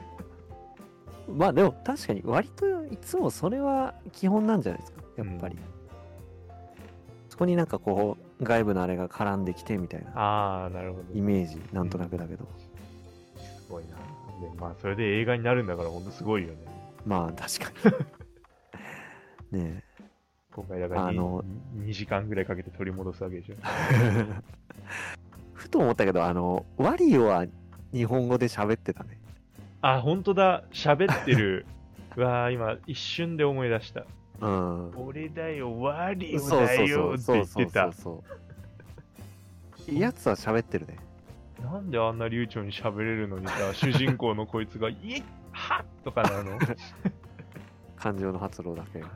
[SPEAKER 3] まあでも確かに割といつもそれは基本なんじゃないですか、やっぱり。そこになんかこう、外部のあれが絡んできてみたいな
[SPEAKER 2] ああ、なるほど。
[SPEAKER 3] イメージ、なんとなくだけど。
[SPEAKER 2] すごいな。でまあ、それで映画になるんだから、ほんとすごいよね。
[SPEAKER 3] まあ、確かに。ね
[SPEAKER 2] 今回だから
[SPEAKER 3] あの
[SPEAKER 2] 2、2時間ぐらいかけて取り戻すわけでしょ。
[SPEAKER 3] え。 *laughs* ふと思ったけど、あの、ワリオは日本語で喋ってたね。
[SPEAKER 2] あ、本当だ。喋って
[SPEAKER 3] *laughs*
[SPEAKER 2] る。うわあ、今、一瞬で思い出した。
[SPEAKER 3] うん。
[SPEAKER 2] 俺だよ、ワリオ
[SPEAKER 3] そう
[SPEAKER 2] だ
[SPEAKER 3] そうそ
[SPEAKER 2] よ
[SPEAKER 3] う。
[SPEAKER 2] って
[SPEAKER 3] そ
[SPEAKER 2] 言
[SPEAKER 3] う
[SPEAKER 2] っ
[SPEAKER 3] そ
[SPEAKER 2] て
[SPEAKER 3] うそ
[SPEAKER 2] た
[SPEAKER 3] う。 *laughs* そう。やつは喋ってるね。
[SPEAKER 2] なんであんな流暢に喋れるのに
[SPEAKER 3] *laughs*
[SPEAKER 2] さ、主人公のこいつが、いっはっとかなの
[SPEAKER 3] 感情の発露だけが。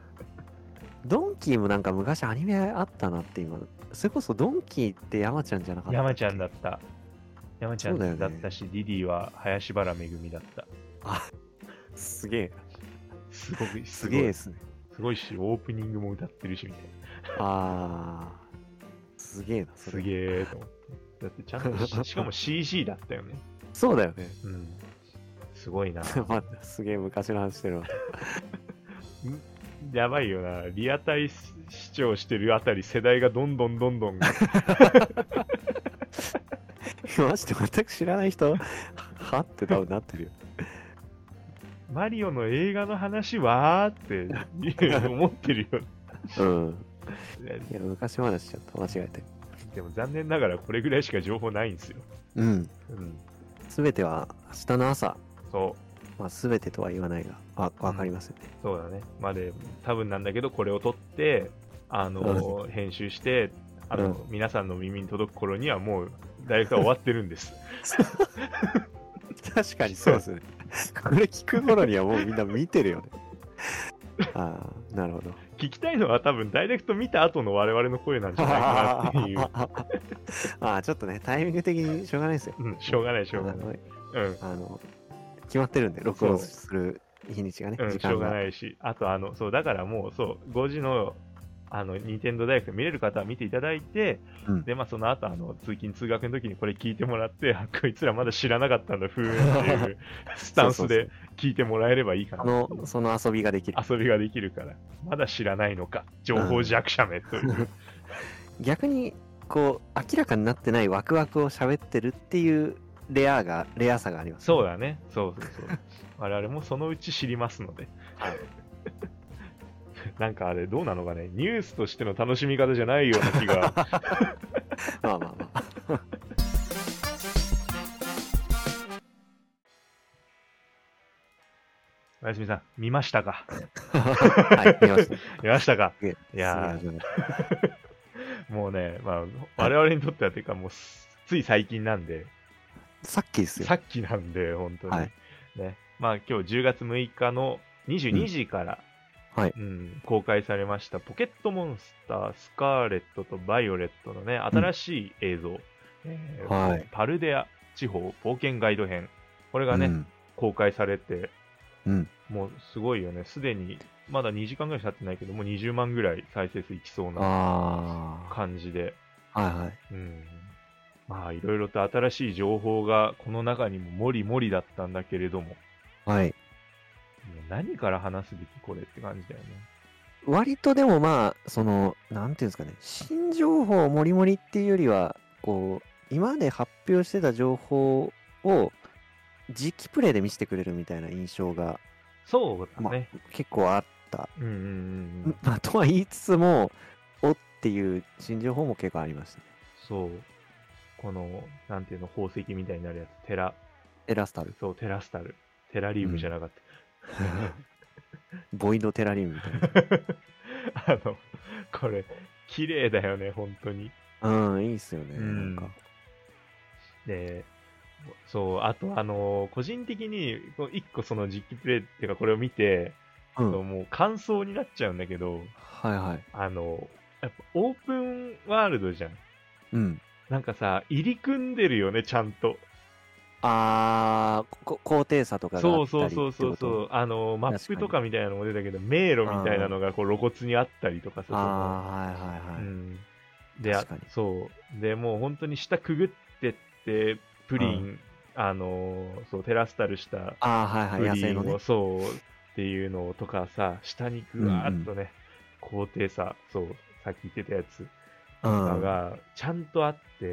[SPEAKER 3] ドンキーもなんか昔アニメあったなって今。それこそドンキーって山ちゃんじゃなかった。
[SPEAKER 2] 山ちゃんだった。山ちゃん
[SPEAKER 3] そうだ
[SPEAKER 2] だ
[SPEAKER 3] よ
[SPEAKER 2] っ
[SPEAKER 3] ね
[SPEAKER 2] たし、リリーは林原めぐみだった。
[SPEAKER 3] すげえ。
[SPEAKER 2] すごい、
[SPEAKER 3] す
[SPEAKER 2] すご
[SPEAKER 3] げえ
[SPEAKER 2] い
[SPEAKER 3] で。すね。
[SPEAKER 2] すごいし、オープニングも歌ってるし、みたいな。
[SPEAKER 3] あー。すげえな、そ
[SPEAKER 2] す
[SPEAKER 3] れ。
[SPEAKER 2] げえと思って。だってちゃんとし、しかも CG だったよね。
[SPEAKER 3] そうだよね。 *laughs*
[SPEAKER 2] うん。すごいな。
[SPEAKER 3] まあ、すげえ昔の話してるわ。 *laughs*
[SPEAKER 2] やばいよな。リアタイ視聴してるあたり、世代がどんどんどんどん。
[SPEAKER 3] マジで全く知らない人、 *laughs* はって多分なってるよ。
[SPEAKER 2] マリオの映画の話はーって思ってるよ。
[SPEAKER 3] うん。いや、昔話しちゃった。間違えて。
[SPEAKER 2] *laughs* でも残念ながらこれぐらいしか情報ないんですよ。
[SPEAKER 3] うん。
[SPEAKER 2] うん。
[SPEAKER 3] すべては明日の朝。
[SPEAKER 2] そう。
[SPEAKER 3] まあ、すべてとは言わないが、わ、わかりますよね。
[SPEAKER 2] そうだね。まあで、多分なんだけど、これを撮って、あの、編集して、あの、皆さんの耳に届く頃にはもう、大学は終わってるんです。
[SPEAKER 3] 確かにそうですね。これ聞く頃にはもうみんな見てるよね。ああ、なるほど。
[SPEAKER 2] 聞きたいのは多分ダイレクト見た後の我々の声なんじゃないかなっていう。 *laughs*
[SPEAKER 3] ああ、ちょっとね、タイミング的にしょうがないですよ。
[SPEAKER 2] うん、しょうがない、しょうが
[SPEAKER 3] あ
[SPEAKER 2] ない。
[SPEAKER 3] の
[SPEAKER 2] うん。
[SPEAKER 3] あの、決まってるんで、録音する日にちがね、
[SPEAKER 2] うん、
[SPEAKER 3] 時
[SPEAKER 2] しょ
[SPEAKER 3] 間
[SPEAKER 2] うが
[SPEAKER 3] が。
[SPEAKER 2] ないし。あと、あの、そう、だからもう、そう、5時の、あの、任天堂大学見れる方は見ていただいて、
[SPEAKER 3] うん
[SPEAKER 2] で、まあ、その後、あの、通勤、通学の時にこれ聞いてもらって、あこいつらまだ知らなかったんだ、ふーんって *laughs* いうスタンスで聞いてもらえればいいか
[SPEAKER 3] あ
[SPEAKER 2] な。
[SPEAKER 3] の、その遊びができる。
[SPEAKER 2] 遊びができるから、まだ知らないのか、情報弱者めという。
[SPEAKER 3] 逆に、こう、明らかになってないワクワクを喋ってるっていうレアが、レアさがあります。
[SPEAKER 2] そうだね、そうそうそう。我々もそのうち知りますので。
[SPEAKER 3] はい
[SPEAKER 2] *laughs* なんかあれ、どうなのかね、ニュースとしての楽しみ方じゃないような気が。
[SPEAKER 3] *laughs* まあまあまあ。
[SPEAKER 2] おやすみさん、見ましたか
[SPEAKER 3] はい、見ました。
[SPEAKER 2] 見ましたか
[SPEAKER 3] すげえ
[SPEAKER 2] いやー
[SPEAKER 3] すげえ
[SPEAKER 2] もうね、まあ、我々にとってはていうか、もうす、つい最近なんで、
[SPEAKER 3] さっきですよ
[SPEAKER 2] さ。っきなんで、本当に。
[SPEAKER 3] はい
[SPEAKER 2] ね。まあ、今日10月6日の22時から、
[SPEAKER 3] うんはい
[SPEAKER 2] うん公開されました、ポケットモンスター、スカーレットとバイオレットのね、新しい映像、えー
[SPEAKER 3] はい
[SPEAKER 2] パルデア地方冒険ガイド編。これがね、
[SPEAKER 3] うん
[SPEAKER 2] 公開されて、
[SPEAKER 3] うん。
[SPEAKER 2] もうすごいよね。すでに、まだ2時間ぐらい経ってないけど、もう20万ぐらい再生数いきそうな
[SPEAKER 3] あ
[SPEAKER 2] 感じで。
[SPEAKER 3] あ。はいはい。
[SPEAKER 2] うん。まあ、いろいろと新しい情報がこの中にももりもりだったんだけれども、も
[SPEAKER 3] はい。
[SPEAKER 2] う何から話すべきこれって感じだよね。
[SPEAKER 3] 割とでもまあ、その、なんていうんですかね、新情報もりもりっていうよりは、こう、今まで発表してた情報を、実機プレイで見せてくれるみたいな印象が
[SPEAKER 2] そうだね。
[SPEAKER 3] 結構あった。
[SPEAKER 2] うんうんうんうん。
[SPEAKER 3] まあ、とは言いつつも、おっていう新情報も結構ありましたね。
[SPEAKER 2] そう。この、なんていうの、宝石みたいになるやつ、テラ、
[SPEAKER 3] エラス *laughs* タル。
[SPEAKER 2] そう、テラスタル。テラリウムじゃなかった。
[SPEAKER 3] ボイドテラリウムみたい
[SPEAKER 2] *laughs* あの、これ、綺麗だよね、本当に。
[SPEAKER 3] な。うん、いいっすよね。
[SPEAKER 2] うん
[SPEAKER 3] なんか。
[SPEAKER 2] で、そう、あと、あの個人的に、こう一個その実機プレイっていうか、これを見て、
[SPEAKER 3] うん。
[SPEAKER 2] そうもう感想になっちゃうんだけど、
[SPEAKER 3] はいはい。
[SPEAKER 2] あの、やっぱオープンワールドじゃん。
[SPEAKER 3] うん。
[SPEAKER 2] なんかさ、入り組んでるよね、ちゃんと。
[SPEAKER 3] あー、こ高低差とかがあ
[SPEAKER 2] そ
[SPEAKER 3] っ
[SPEAKER 2] う
[SPEAKER 3] たり
[SPEAKER 2] そう
[SPEAKER 3] って
[SPEAKER 2] そ
[SPEAKER 3] こ
[SPEAKER 2] う
[SPEAKER 3] と
[SPEAKER 2] そうそう。あの、マップとかみたいなのも出たけど、迷路みたいなのがこう露骨にあったりとかさ。
[SPEAKER 3] あー、はいは
[SPEAKER 2] そ
[SPEAKER 3] い
[SPEAKER 2] の
[SPEAKER 3] は
[SPEAKER 2] う
[SPEAKER 3] い。
[SPEAKER 2] ん。で、あ
[SPEAKER 3] 確かに
[SPEAKER 2] そう。で、もう本当に下くぐってって、プリン、
[SPEAKER 3] う
[SPEAKER 2] あの、そう、テラスタルした
[SPEAKER 3] ああ、はいはい、
[SPEAKER 2] プ
[SPEAKER 3] 野
[SPEAKER 2] リ
[SPEAKER 3] 生
[SPEAKER 2] ンを、
[SPEAKER 3] のね。
[SPEAKER 2] そうっていうのとかさ、下にぐわーっとね、高低差、そう、さっき言ってたやつ、とかがちゃんとあって、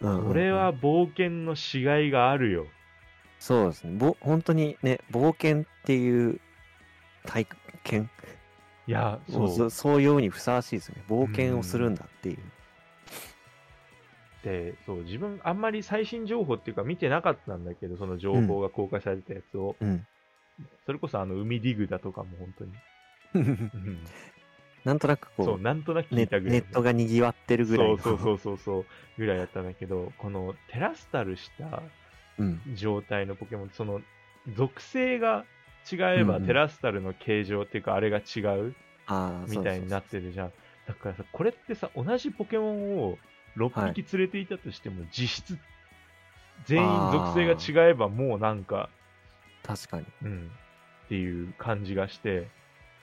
[SPEAKER 3] うん
[SPEAKER 2] これは冒険のしがいがあるよ。
[SPEAKER 3] そうですねぼ本当にね冒険っていう体験
[SPEAKER 2] いや、そ。
[SPEAKER 3] をそううそういうにふさわしいですね冒険をするんだっていう、
[SPEAKER 2] で、そう、自分、あんまり最新情報っていうか見てなかったんだけど、その情報が公開されたやつを。
[SPEAKER 3] うん、
[SPEAKER 2] それこそ、あの、海ディグだとかも本当に。うん
[SPEAKER 3] *laughs* なんとなく
[SPEAKER 2] そう、
[SPEAKER 3] こ
[SPEAKER 2] なんとなく
[SPEAKER 3] う
[SPEAKER 2] 聞
[SPEAKER 3] ネ
[SPEAKER 2] いたぐら
[SPEAKER 3] ネ
[SPEAKER 2] いの。
[SPEAKER 3] ットがにぎわってるぐらいの
[SPEAKER 2] そうそうそうそうそう、ぐらいやったんだけど、このテラスタルした
[SPEAKER 3] うん、
[SPEAKER 2] 状態のポケモン、その属性が違え
[SPEAKER 3] うん
[SPEAKER 2] ば
[SPEAKER 3] うん
[SPEAKER 2] テラスタルの形状っていうか、あれが違う
[SPEAKER 3] ああ
[SPEAKER 2] みたいになってるじゃん。だからさ、これってさ、同じポケモンを6匹連れていたとしても、実質、全員属性が違えばもうなんか、
[SPEAKER 3] 確かに
[SPEAKER 2] うん、っていう感じがして、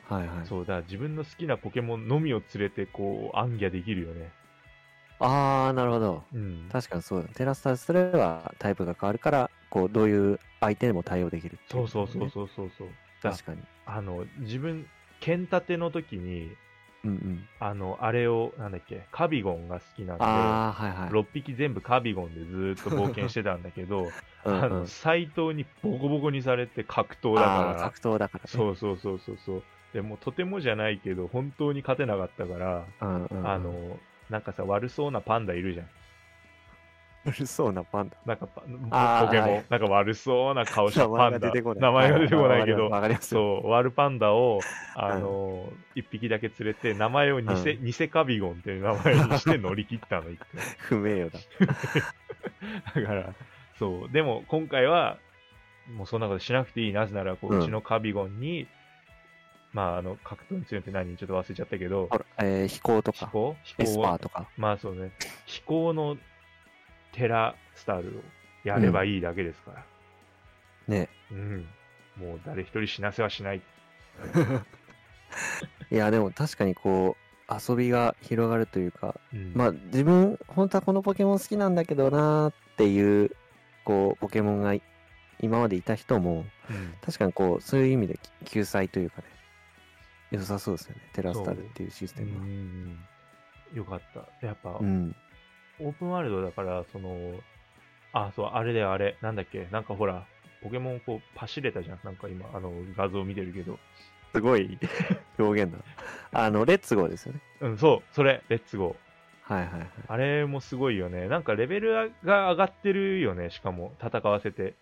[SPEAKER 3] はいはい
[SPEAKER 2] そうだ、自分の好きなポケモンのみを連れて、こう、暗記できるよね。
[SPEAKER 3] ああなるほど
[SPEAKER 2] うん。
[SPEAKER 3] 確かにそうだテラスタルすればタイプが変わるからこうどういう相手でも対応できるってい
[SPEAKER 2] そうそうそう
[SPEAKER 3] ね
[SPEAKER 2] そうそうそう。
[SPEAKER 3] 確かに
[SPEAKER 2] あの、自分、剣立ての時に、
[SPEAKER 3] うんうん
[SPEAKER 2] あの、あれを、なんだっけ、カビゴンが好きなんで、
[SPEAKER 3] ああはいはい
[SPEAKER 2] 6匹全部カビゴンでずーっと冒険してたんだけど、
[SPEAKER 3] *laughs* うん
[SPEAKER 2] あ
[SPEAKER 3] うん
[SPEAKER 2] の、斎藤にボコボコにされて格闘だ
[SPEAKER 3] あ
[SPEAKER 2] か
[SPEAKER 3] ー
[SPEAKER 2] ら、
[SPEAKER 3] 格闘だからね
[SPEAKER 2] そうそうそうそうそう。でも、とてもじゃないけど、本当に勝てなかったから、
[SPEAKER 3] うんうん
[SPEAKER 2] あの、なんかさ、悪そうなパンダいるじゃん。
[SPEAKER 3] うるそうなパンダ
[SPEAKER 2] なんかパ
[SPEAKER 3] あー
[SPEAKER 2] ポケモ
[SPEAKER 3] は
[SPEAKER 2] ン
[SPEAKER 3] い、
[SPEAKER 2] なんか悪そうな顔したパ
[SPEAKER 3] 名前
[SPEAKER 2] ンダ。
[SPEAKER 3] が出てこない
[SPEAKER 2] 名前が出てこないけど、
[SPEAKER 3] わかります
[SPEAKER 2] *laughs*
[SPEAKER 3] よ
[SPEAKER 2] そう、ワルパンダを、あの一匹だけ連れて、名前を偽、
[SPEAKER 3] う
[SPEAKER 2] 偽カビゴンっていう名前にして乗り切ったの、一
[SPEAKER 3] 不名誉だ
[SPEAKER 2] *laughs* 回。だから、そう、でも今回は、もうそんなことしなくていい。なぜなら、こう、
[SPEAKER 3] う
[SPEAKER 2] うんちのカビゴンに、まあ、あの、格闘に強いって何ちょっと忘れちゃったけど、
[SPEAKER 3] ほらえー飛行と
[SPEAKER 2] 飛
[SPEAKER 3] か
[SPEAKER 2] 行飛
[SPEAKER 3] エス
[SPEAKER 2] 行
[SPEAKER 3] パー
[SPEAKER 2] を、
[SPEAKER 3] とか
[SPEAKER 2] まあそうね、飛行のテラスタルをやればいいだけですから。
[SPEAKER 3] ね
[SPEAKER 2] うん。もう誰一人死なせはしない。
[SPEAKER 3] いやでも確かにこう遊びが広がるというか
[SPEAKER 2] うん
[SPEAKER 3] まあ自分本当はこのポケモン好きなんだけどなーっていうこうポケモンがい今までいた人も
[SPEAKER 2] うん
[SPEAKER 3] 確かにこうそういう意味でき救済というかね良さそうですよねテラスタルっていうシス
[SPEAKER 2] う
[SPEAKER 3] テムは
[SPEAKER 2] んよかった。やっぱ、
[SPEAKER 3] うん
[SPEAKER 2] オープンワールドだから、その、あ、そう、あれだよ、あれ。なんだっけなんかほら、ポケモンこう、パシれたじゃん。なんか今、あの、画像見てるけど。
[SPEAKER 3] すごい表現だあのレッツゴーですよね
[SPEAKER 2] うん、そう、それ、レッツゴー。
[SPEAKER 3] はいはいはい
[SPEAKER 2] あれもすごいよね。なんかレベルが上がってるよね、しかも、戦わせて。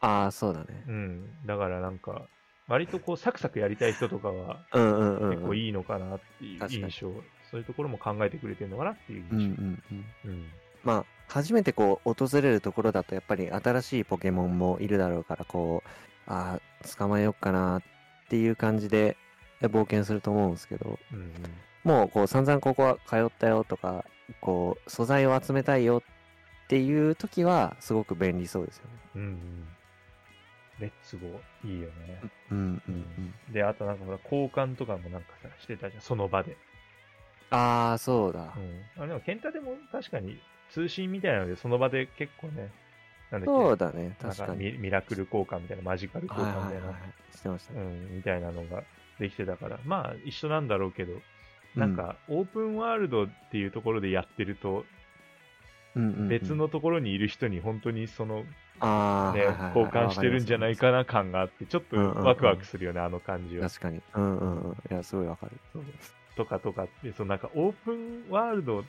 [SPEAKER 3] ああそうだね
[SPEAKER 2] うん。だからなんか、割とこう、サクサクやりたい人とかは、
[SPEAKER 3] うんうんうん
[SPEAKER 2] 結構
[SPEAKER 3] い
[SPEAKER 2] いいのかなっていう
[SPEAKER 3] 確かに
[SPEAKER 2] 印象。そういうところも考えてくれてるのかなっていう
[SPEAKER 3] うんう
[SPEAKER 2] 印
[SPEAKER 3] んうん
[SPEAKER 2] 象。うん。
[SPEAKER 3] まあ初めてこう訪れるところだとやっぱり新しいポケモンもいるだろうからこうああ捕まえようかなっていう感じでえ冒険すると思うんですけど
[SPEAKER 2] うんうん
[SPEAKER 3] もうこう散々ここは通ったよとかこう素材を集めたいよっていう時はすごく便利そうですよね。
[SPEAKER 2] うんうん。レッツゴー、いいよね。
[SPEAKER 3] うん
[SPEAKER 2] うんうんで、あとなんかほら、交換とかもなんかさ、してたじゃん、その場で。
[SPEAKER 3] ああそうだ
[SPEAKER 2] う。ん。あでも、ケンタでも確かに通信みたいなので、その場で結構ね、なんだっけ、
[SPEAKER 3] そうだね
[SPEAKER 2] なん
[SPEAKER 3] 確
[SPEAKER 2] か
[SPEAKER 3] かに。
[SPEAKER 2] ミミラクル交換みたいな、マジカル交
[SPEAKER 3] はい
[SPEAKER 2] 換
[SPEAKER 3] は
[SPEAKER 2] み
[SPEAKER 3] い
[SPEAKER 2] たいな、
[SPEAKER 3] はい。してました
[SPEAKER 2] う
[SPEAKER 3] ね。
[SPEAKER 2] ん、みたいなのができてたから、まあ、一緒なんだろうけど、なんか、オープンワールドっていうところでやってると、
[SPEAKER 3] うんうんうん
[SPEAKER 2] 別のところにいる人に本当にその、ね、
[SPEAKER 3] あーはいはいはい
[SPEAKER 2] 交換してるんじゃないかな感があって、ちょっと
[SPEAKER 3] うんうんうん
[SPEAKER 2] ワクワクするよね、あの感じは。
[SPEAKER 3] 確かに。うんうんうん。いやすごいわかる。
[SPEAKER 2] そうとかとかって、そのなんかオープンワールド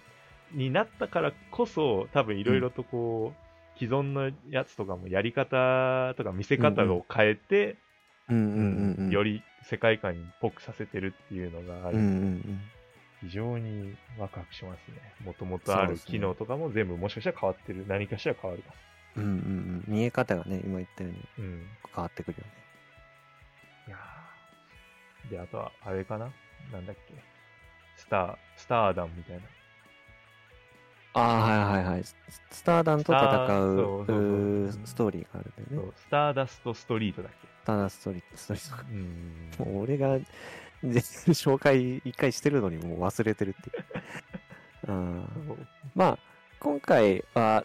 [SPEAKER 2] になったからこそ、多分いろいろとこう、既存のやつとかもやり方とか見せ方を変えて、
[SPEAKER 3] うんうんうんうん。
[SPEAKER 2] より世界観っぽくさせてるっていうのがあ
[SPEAKER 3] う
[SPEAKER 2] る。
[SPEAKER 3] んうんうん。
[SPEAKER 2] 非常にワクワクしますね。もともとあ
[SPEAKER 3] そう
[SPEAKER 2] る
[SPEAKER 3] ですね
[SPEAKER 2] 機能とかも全部もしかしたら変わってる。何かしら変わるかも。
[SPEAKER 3] うんうんうん、見え方がね、今言ったように
[SPEAKER 2] うん。
[SPEAKER 3] 変わってくるよね。
[SPEAKER 2] いやーで、あとは、あれかななんだっけスター、スターダンみたいな。
[SPEAKER 3] ああ、はいはいはい。ススターダンと戦
[SPEAKER 2] スターそう
[SPEAKER 3] う
[SPEAKER 2] そうそう
[SPEAKER 3] う
[SPEAKER 2] うん
[SPEAKER 3] ーストーリーがあるんだよ
[SPEAKER 2] そ
[SPEAKER 3] ね。
[SPEAKER 2] うスターダストストリートだっ
[SPEAKER 3] スターダンストーリー、ストーリーとか
[SPEAKER 2] け。うん。
[SPEAKER 3] もう俺が絶対 *laughs* 紹介一回してるのにもう忘れてるっていう。うん、 *laughs*
[SPEAKER 2] そう
[SPEAKER 3] まあ、今回は、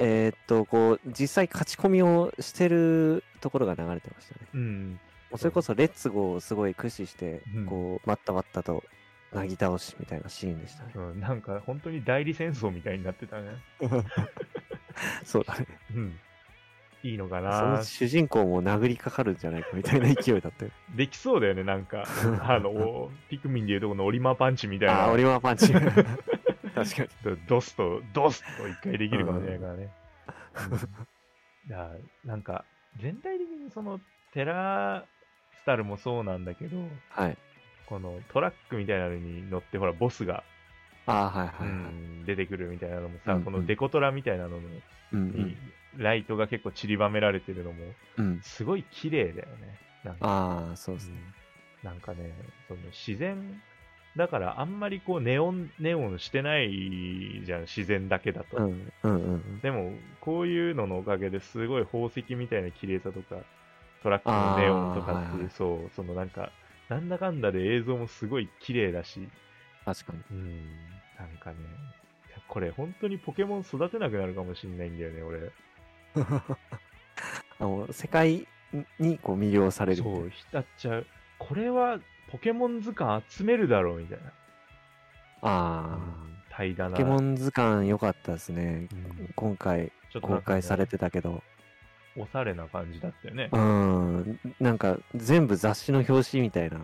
[SPEAKER 3] えーっと、こう、実際勝ち込みをしてるところが流れてましたね。
[SPEAKER 2] うん。
[SPEAKER 3] それこそレッツゴーをすごい駆使して
[SPEAKER 2] うん、
[SPEAKER 3] こう、バッタバッタとなぎ倒しみたいなシーンで
[SPEAKER 2] *laughs*
[SPEAKER 3] したね。
[SPEAKER 2] うん、なんか本当に代理戦争みたいになってたね。
[SPEAKER 3] そうだね。
[SPEAKER 2] うん。いいのか
[SPEAKER 3] その
[SPEAKER 2] な
[SPEAKER 3] 主人公も殴りかかるんじゃないかみたいな勢いだったよ。
[SPEAKER 2] できそうだよね、な
[SPEAKER 3] *laughs*
[SPEAKER 2] んか。あの、ピクミンでいうとこのオリマパンチみたい
[SPEAKER 3] ああー、
[SPEAKER 2] な。
[SPEAKER 3] オリマーパン
[SPEAKER 2] *laughs*
[SPEAKER 3] チ。 *laughs* 確かに。
[SPEAKER 2] ドスと、ドスと一回できるかもしれな
[SPEAKER 3] *laughs*
[SPEAKER 2] いからね。うん、いやなんか、全体的にその、テラスタルもそうなんだけど、
[SPEAKER 3] はい。
[SPEAKER 2] このトラックみたいなのに乗って、ほら、ボスが、
[SPEAKER 3] ああ、はいはいはい。
[SPEAKER 2] うん出てくるみたいなのも
[SPEAKER 3] う
[SPEAKER 2] さ、
[SPEAKER 3] んうん
[SPEAKER 2] このデコトラみたいなのに、
[SPEAKER 3] うん
[SPEAKER 2] ライトが結構散りばめられてるのも、
[SPEAKER 3] うん。うん。
[SPEAKER 2] すごい綺麗だよね。なんか
[SPEAKER 3] ああ、そうですね。
[SPEAKER 2] なんかね、その自然、だからあんまりこうネオン、ネオンしてないじゃん、自然だけだと。
[SPEAKER 3] うん。うんうん。
[SPEAKER 2] でも、こういうののおかげですごい宝石みたいな綺麗さとか、トラックのネオンとかっていう、
[SPEAKER 3] あー
[SPEAKER 2] そう、そのなんか、なんだかんだで映像もすごい綺麗だし、
[SPEAKER 3] 確かに。
[SPEAKER 2] うん、なんかね、いやこれ本当にポケモン育てなくなるかもしんないんだよね、俺。 *laughs*
[SPEAKER 3] あの、世界にこう魅了されるみたい
[SPEAKER 2] そう、浸っちゃう。これはポケモン図鑑集めるだろう、みたいな。
[SPEAKER 3] な。ああ。
[SPEAKER 2] 平らな。
[SPEAKER 3] ポケモン図鑑良かったですね。
[SPEAKER 2] うん
[SPEAKER 3] 今回
[SPEAKER 2] ちょっと
[SPEAKER 3] 公
[SPEAKER 2] なんか
[SPEAKER 3] 開
[SPEAKER 2] ね
[SPEAKER 3] されてたけど、
[SPEAKER 2] おしゃれな感じだったよね
[SPEAKER 3] う。ん、なんか全部雑誌の表紙みたいな。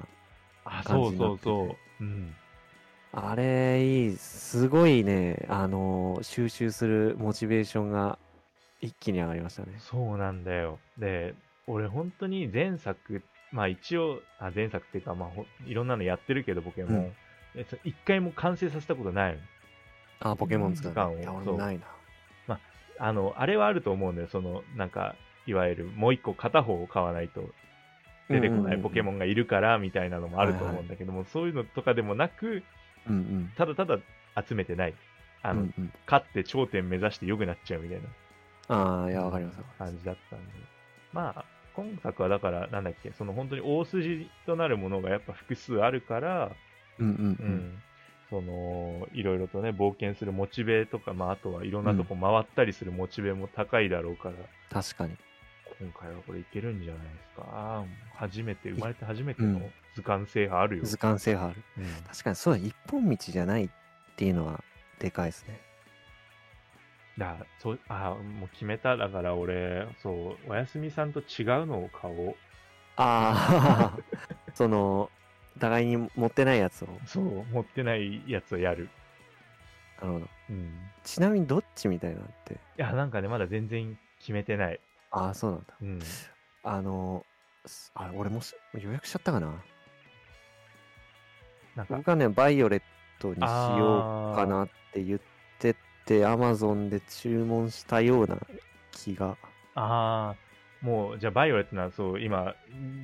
[SPEAKER 2] あ、
[SPEAKER 3] 感
[SPEAKER 2] そ
[SPEAKER 3] じ
[SPEAKER 2] う
[SPEAKER 3] にな
[SPEAKER 2] そ
[SPEAKER 3] っ
[SPEAKER 2] う
[SPEAKER 3] てて
[SPEAKER 2] そう。うん。
[SPEAKER 3] あれ、いい。すごいね、あのー、収集するモチベーションが一気に上がりましたね。
[SPEAKER 2] そうなんだよ。で、俺本当に前作、まあ一応、あ前作っていうか、まあほいろんなのやってるけど、ポケモン。でそ一回も完成させたことないの。
[SPEAKER 3] あ、ポケモン図鑑。
[SPEAKER 2] 図鑑を
[SPEAKER 3] いや、俺
[SPEAKER 2] そう
[SPEAKER 3] もないな。
[SPEAKER 2] あの、あれはあると思うんだよ。その、なんか、いわゆるもう一個片方を買わないと出てこないポケモ
[SPEAKER 3] ン。
[SPEAKER 2] ンがいるから、みたいなのもあると思うんだけども、そういうのとかでもなく、
[SPEAKER 3] うんうん。
[SPEAKER 2] ただただ集めてない。あ
[SPEAKER 3] う
[SPEAKER 2] の、
[SPEAKER 3] んうん、
[SPEAKER 2] 勝って頂点目指して良くなっちゃうみたいな。
[SPEAKER 3] ああ、いや、わかります。
[SPEAKER 2] 感じだったんで。まあ、今作はだから、なんだっけ、その本当に大筋となるものがやっぱ複数あるから、
[SPEAKER 3] うんうん
[SPEAKER 2] う
[SPEAKER 3] うん。
[SPEAKER 2] ん、その、いろいろとね、冒険するモチベとか、まあ、あとはいろんなとこ回ったりするモチベも高いだろうから、
[SPEAKER 3] 確かに。
[SPEAKER 2] 今回はこれいけるんじゃないですか。ああ初めて、生まれて初めての図鑑制覇あるよ。
[SPEAKER 3] 図鑑制覇ある。
[SPEAKER 2] うん
[SPEAKER 3] 確かに、そうだ、一本道じゃないっていうのは、でかいですね。
[SPEAKER 2] だからそうああ、もう決めた。だから俺、そう、おやすみさんと違うのを買おう。
[SPEAKER 3] ああ、 *laughs* その、互いに持ってないやつを。
[SPEAKER 2] そう、持ってないやつをやる。
[SPEAKER 3] なるほど。
[SPEAKER 2] うん
[SPEAKER 3] ちなみにどっちみたいなのって。
[SPEAKER 2] いや、なんかね、まだ全然決めてない。
[SPEAKER 3] ああ、そうなんだ。
[SPEAKER 2] うん。
[SPEAKER 3] あの、すあれ、俺もし予約しちゃったかな。
[SPEAKER 2] なんか、
[SPEAKER 3] 僕はね、バイオレットにしようかなって言ってて、アマゾンで注文したような気が。
[SPEAKER 2] ああ、もう、じゃあ、バイオレットな、そう、今、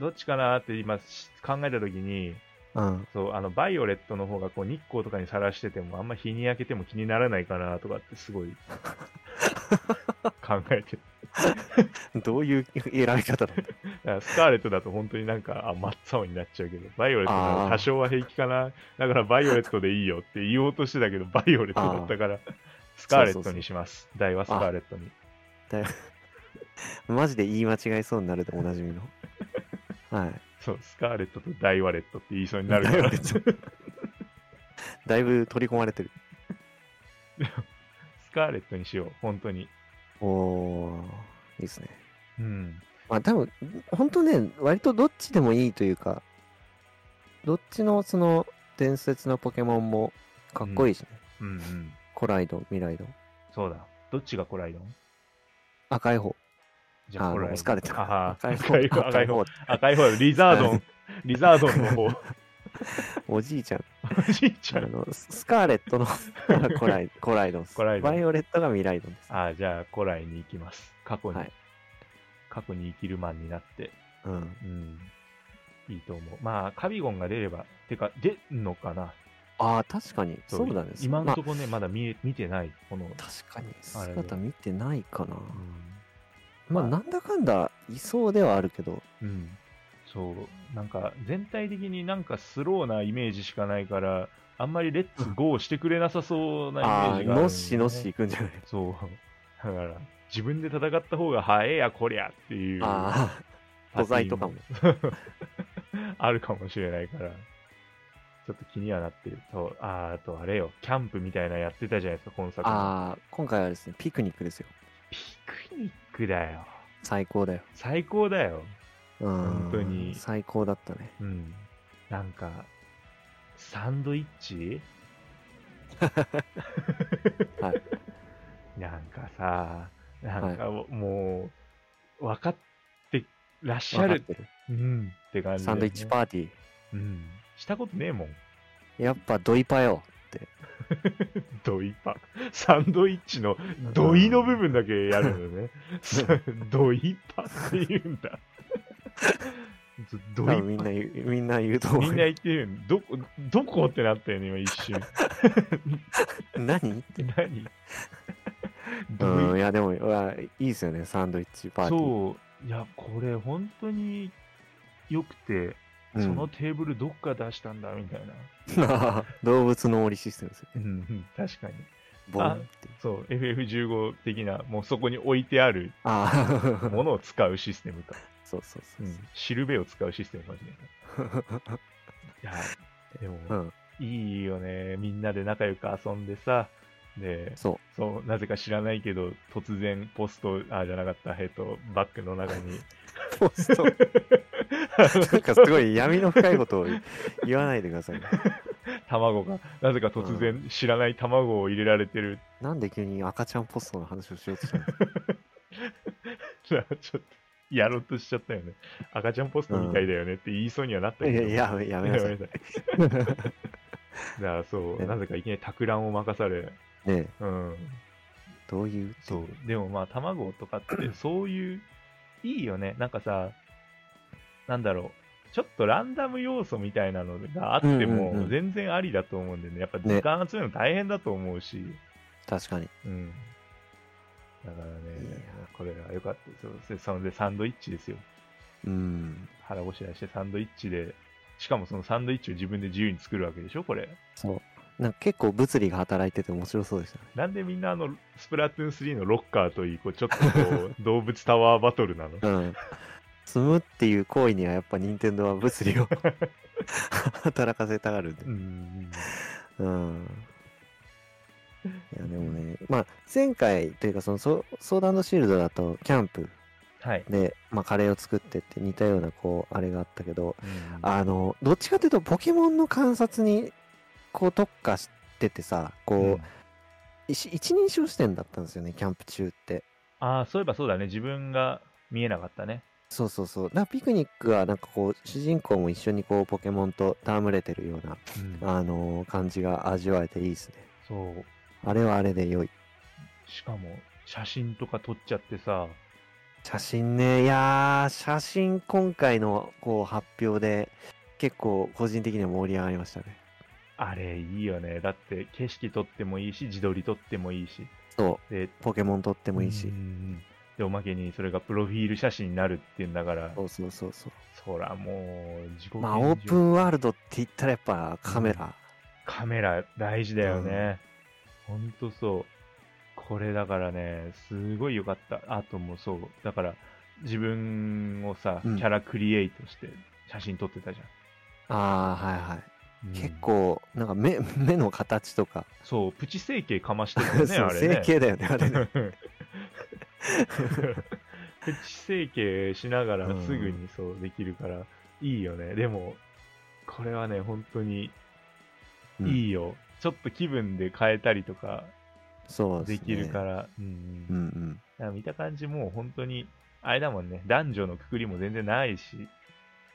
[SPEAKER 2] どっちかなって今し考えたときに、
[SPEAKER 3] うん。
[SPEAKER 2] そう、あの、バイオレットの方が、こう、日光とかにさらしてても、あんま日に焼けても気にならないかなとかって、すごい、考えてる。
[SPEAKER 3] どういう選び方だった
[SPEAKER 2] だからスカーレットだと本当になんか、あ、真っ青になっちゃうけど、バイオレットな
[SPEAKER 3] あ
[SPEAKER 2] ら
[SPEAKER 3] ー
[SPEAKER 2] 多少は平気かな。だから、バイオレットでいいよって言おうとしてたけど、バイオレットだったから、スカーレットにします。台はスカーレットに。
[SPEAKER 3] マジで言い間違いそうになるでおなじ
[SPEAKER 2] *laughs*
[SPEAKER 3] みの。はい。
[SPEAKER 2] そう、スカーレットとダイワレットって言いそうになるから
[SPEAKER 3] ダイワレ。だいぶ取り込まれてる。
[SPEAKER 2] スカーレットにしよう、本当に。
[SPEAKER 3] おー、いいですね。
[SPEAKER 2] うん。
[SPEAKER 3] まあ多分、本当ね、割とどっちでもいいというか、どっちのその伝説のポケモンもかっこいいしね。
[SPEAKER 2] うんうん。
[SPEAKER 3] 古来の未来の
[SPEAKER 2] そうだ。どっちがコライドン
[SPEAKER 3] 赤い方。
[SPEAKER 2] じゃ
[SPEAKER 3] あ
[SPEAKER 2] あコライド
[SPEAKER 3] の、
[SPEAKER 2] ン。
[SPEAKER 3] スカーレット
[SPEAKER 2] あ
[SPEAKER 3] の
[SPEAKER 2] あ
[SPEAKER 3] 赤い
[SPEAKER 2] 赤い方
[SPEAKER 3] 方。赤い方。
[SPEAKER 2] 赤い方、リザードン。リザードン
[SPEAKER 3] *laughs*
[SPEAKER 2] の方。
[SPEAKER 3] おじいちゃん。
[SPEAKER 2] おじいち
[SPEAKER 3] あ
[SPEAKER 2] ゃん。
[SPEAKER 3] の、ススカーレット
[SPEAKER 2] *laughs*
[SPEAKER 3] の古来、古来のです。
[SPEAKER 2] 古来の
[SPEAKER 3] バイオレットが未来のです。
[SPEAKER 2] ああ、じゃあ、コライに行きます。過去に。
[SPEAKER 3] はい
[SPEAKER 2] 過去に生きるマンになって。
[SPEAKER 3] うん。
[SPEAKER 2] うん。いいと思う。まあ、カビゴンが出れば、てか、出んのかな。
[SPEAKER 3] ああ、確かに。そうだね。
[SPEAKER 2] 今
[SPEAKER 3] ま
[SPEAKER 2] の
[SPEAKER 3] あ
[SPEAKER 2] とこね、まだ見え見てない。この。
[SPEAKER 3] 確かに
[SPEAKER 2] あれね
[SPEAKER 3] 姿見てないかな。
[SPEAKER 2] うん
[SPEAKER 3] まあ、
[SPEAKER 2] ま
[SPEAKER 3] なんだかんだいそうではあるけど、
[SPEAKER 2] うん、そう、なんか全体的になんかスローなイメージしかないから、あんまりレッツゴーしてくれなさそうなイメ
[SPEAKER 3] あ
[SPEAKER 2] ー
[SPEAKER 3] あ、
[SPEAKER 2] ジがあるんだよね、
[SPEAKER 3] のっしのっしいくんじゃない
[SPEAKER 2] そう、だから自分で戦った方が早えやこりゃっていう、 *laughs*
[SPEAKER 3] ああ、素材とかも。
[SPEAKER 2] あるかもしれないから、ちょっと気にはなってる。そう、あーあとあれよ、キャンプみたいなのやってたじゃないですか、今作。
[SPEAKER 3] ああ、今回はですね、ピクニックですよ。
[SPEAKER 2] ピクニックだよ。
[SPEAKER 3] 最高だよ。
[SPEAKER 2] 最高だよ。
[SPEAKER 3] うん
[SPEAKER 2] 本当に
[SPEAKER 3] 最高だったね。
[SPEAKER 2] うん。なんか、サンドイッチ
[SPEAKER 3] はい。
[SPEAKER 2] なんかさ、なんかもう、もう分かってらっしゃ
[SPEAKER 3] わかっ
[SPEAKER 2] る。
[SPEAKER 3] てる。
[SPEAKER 2] うん。って感じ、
[SPEAKER 3] サンドイッチパーティー。
[SPEAKER 2] ー。うん。したことねえもん。
[SPEAKER 3] やっぱドイパよ。
[SPEAKER 2] ドイパ。サン *laughs* ドイッチのドイの部分だけやるのね。 *laughs* ドイパって言うんだ。ド
[SPEAKER 3] 多
[SPEAKER 2] イパ
[SPEAKER 3] 分みん *laughs* な言う、みんな言うと
[SPEAKER 2] み
[SPEAKER 3] 思
[SPEAKER 2] ん
[SPEAKER 3] うよ。
[SPEAKER 2] な言ってるどこ、どこってなったよね、今一
[SPEAKER 3] *laughs*
[SPEAKER 2] 瞬。
[SPEAKER 3] 何
[SPEAKER 2] 何ド
[SPEAKER 3] うん、
[SPEAKER 2] イ
[SPEAKER 3] いや、でも、うわいいですよね、サンドイッチパー
[SPEAKER 2] パ
[SPEAKER 3] ティー。
[SPEAKER 2] そう。いや、これ本当に良くて、
[SPEAKER 3] うん
[SPEAKER 2] そのテーブルどっから出したんだみたいな。
[SPEAKER 3] *laughs* 動物の森システムですよ。
[SPEAKER 2] うんうん、 *laughs* 確かに。
[SPEAKER 3] ボンって。
[SPEAKER 2] そう、FF15 的な、もうそこに置いてある
[SPEAKER 3] ああ、
[SPEAKER 2] ものを使うシステムか。、
[SPEAKER 3] *laughs* そうそうそううん
[SPEAKER 2] しるべを使うシステムかもしれない。いや、でも、
[SPEAKER 3] そう。うん、
[SPEAKER 2] いいよね。みんなで仲良く遊んでさ、で、
[SPEAKER 3] そ
[SPEAKER 2] そう、なぜか知らないけど、突然、ポスト、あ、じゃなかった、えっと、バッグの
[SPEAKER 3] *laughs*
[SPEAKER 2] 中に。
[SPEAKER 3] う。ポスト。なんかすごい闇の深いことを言わないでください *laughs* ね。
[SPEAKER 2] 卵が、なぜか突然知らない卵を入れられてる。
[SPEAKER 3] なんで急に赤ちゃんポストの話をしようとしたの
[SPEAKER 2] ちょっと、やろうとしちゃったよね。赤ちゃんポストみたいだよねって言いそうにはなった
[SPEAKER 3] い
[SPEAKER 2] けど。
[SPEAKER 3] や、やめ、やめなさい。
[SPEAKER 2] や
[SPEAKER 3] ね
[SPEAKER 2] めなさい。だからそ
[SPEAKER 3] *laughs*
[SPEAKER 2] う、
[SPEAKER 3] ね
[SPEAKER 2] なぜかいきなり托卵を任され、
[SPEAKER 3] え、
[SPEAKER 2] うん。
[SPEAKER 3] どういう。
[SPEAKER 2] そう。でもまあ、卵と
[SPEAKER 3] *laughs*
[SPEAKER 2] かって、そういう、いいよね。なんかさ、なんだろう。ちょっとランダム要素みたいなのがあって
[SPEAKER 3] うんうんう
[SPEAKER 2] も、
[SPEAKER 3] ん
[SPEAKER 2] 全然ありだと思うんでね。やっぱ時間集めるの大変だと思うし。
[SPEAKER 3] 確かに。
[SPEAKER 2] うん。だから
[SPEAKER 3] いや
[SPEAKER 2] ね、これは良かったですよでそので、サンドイッチですよ。
[SPEAKER 3] うん。
[SPEAKER 2] 腹ごしらえしてサンドイッチで、しかもそのサンドイッチを自分で自由に作るわけでしょ、これ。
[SPEAKER 3] そう。なんか結構物理が働いてて面白そうでしたね。
[SPEAKER 2] なんでみんなあの、スプラトゥーン3のロッカーといい、こうちょっとこ
[SPEAKER 3] *laughs*
[SPEAKER 2] う、動物タワーバトルなの。
[SPEAKER 3] うん。積むっていう行為にはやっぱ任天堂は物理を働かせたがるんで
[SPEAKER 2] う。ん。
[SPEAKER 3] うん。いや、でもね、まあ、前回というか、その、ソソーダンドシールドだと、キャンプ
[SPEAKER 2] はい。
[SPEAKER 3] で、まあ、カレーを作ってって似たような、こう、あれがあったけど、
[SPEAKER 2] うん
[SPEAKER 3] あの、どっちかというと、ポケモンの観察に、こう、特化しててさ、こう、一一人称視点だったんですよね、キャンプ中って。
[SPEAKER 2] ああ、そういえばそうだね。自分が見えなかったね。
[SPEAKER 3] そうそうそう。だからピクニックは、なんかこう、主人公も一緒にこう、ポケモンと戯れてるような、
[SPEAKER 2] うん
[SPEAKER 3] あの感じが味わえていいですね。
[SPEAKER 2] そう。
[SPEAKER 3] あれはあれで良い。
[SPEAKER 2] しかも、写真とか撮っちゃってさ、
[SPEAKER 3] 写真ね、いやー、写真今回のこう発表で結構個人的には盛り上がりましたね。
[SPEAKER 2] あれいいよね。だって、景色撮ってもいいし、自撮り撮ってもいいし。
[SPEAKER 3] そ
[SPEAKER 2] で、
[SPEAKER 3] う、ポケモン撮ってもいいし
[SPEAKER 2] うんう。んうんで、おまけにそれがプロフィール写真になるっていうんだから、
[SPEAKER 3] そうそうそうそう。
[SPEAKER 2] そらもう、自己顕示欲
[SPEAKER 3] まあ、オープンワールドって言ったらやっぱカメラ。
[SPEAKER 2] カメラ大事だよね。ほんとそう。これだからね、すごい良かった。あともうそう。だから、自分をさ、キ
[SPEAKER 3] うん
[SPEAKER 2] ャラクリエイトして写真撮ってたじ
[SPEAKER 3] ああ、はいはい。
[SPEAKER 2] ゃん。
[SPEAKER 3] 結構、なんか目、 *laughs* 目の形とか。
[SPEAKER 2] うん。そう、プチ整形かましてた
[SPEAKER 3] *laughs* そ
[SPEAKER 2] よ
[SPEAKER 3] う、
[SPEAKER 2] ね、あれね。
[SPEAKER 3] 整形だよね、
[SPEAKER 2] *laughs*
[SPEAKER 3] あれね。
[SPEAKER 2] プチ整形しながら
[SPEAKER 3] うん
[SPEAKER 2] すぐにそうできるから、いいよね。でも、これはね、本当に
[SPEAKER 3] うん
[SPEAKER 2] いいよ。ちょっと気分で変えたりとか
[SPEAKER 3] そうで
[SPEAKER 2] です
[SPEAKER 3] ね。。
[SPEAKER 2] きるからら、うん
[SPEAKER 3] うんうん。
[SPEAKER 2] なんか見た感じ、もう本当に、あれだもんね、男女のくくりも全然ないし、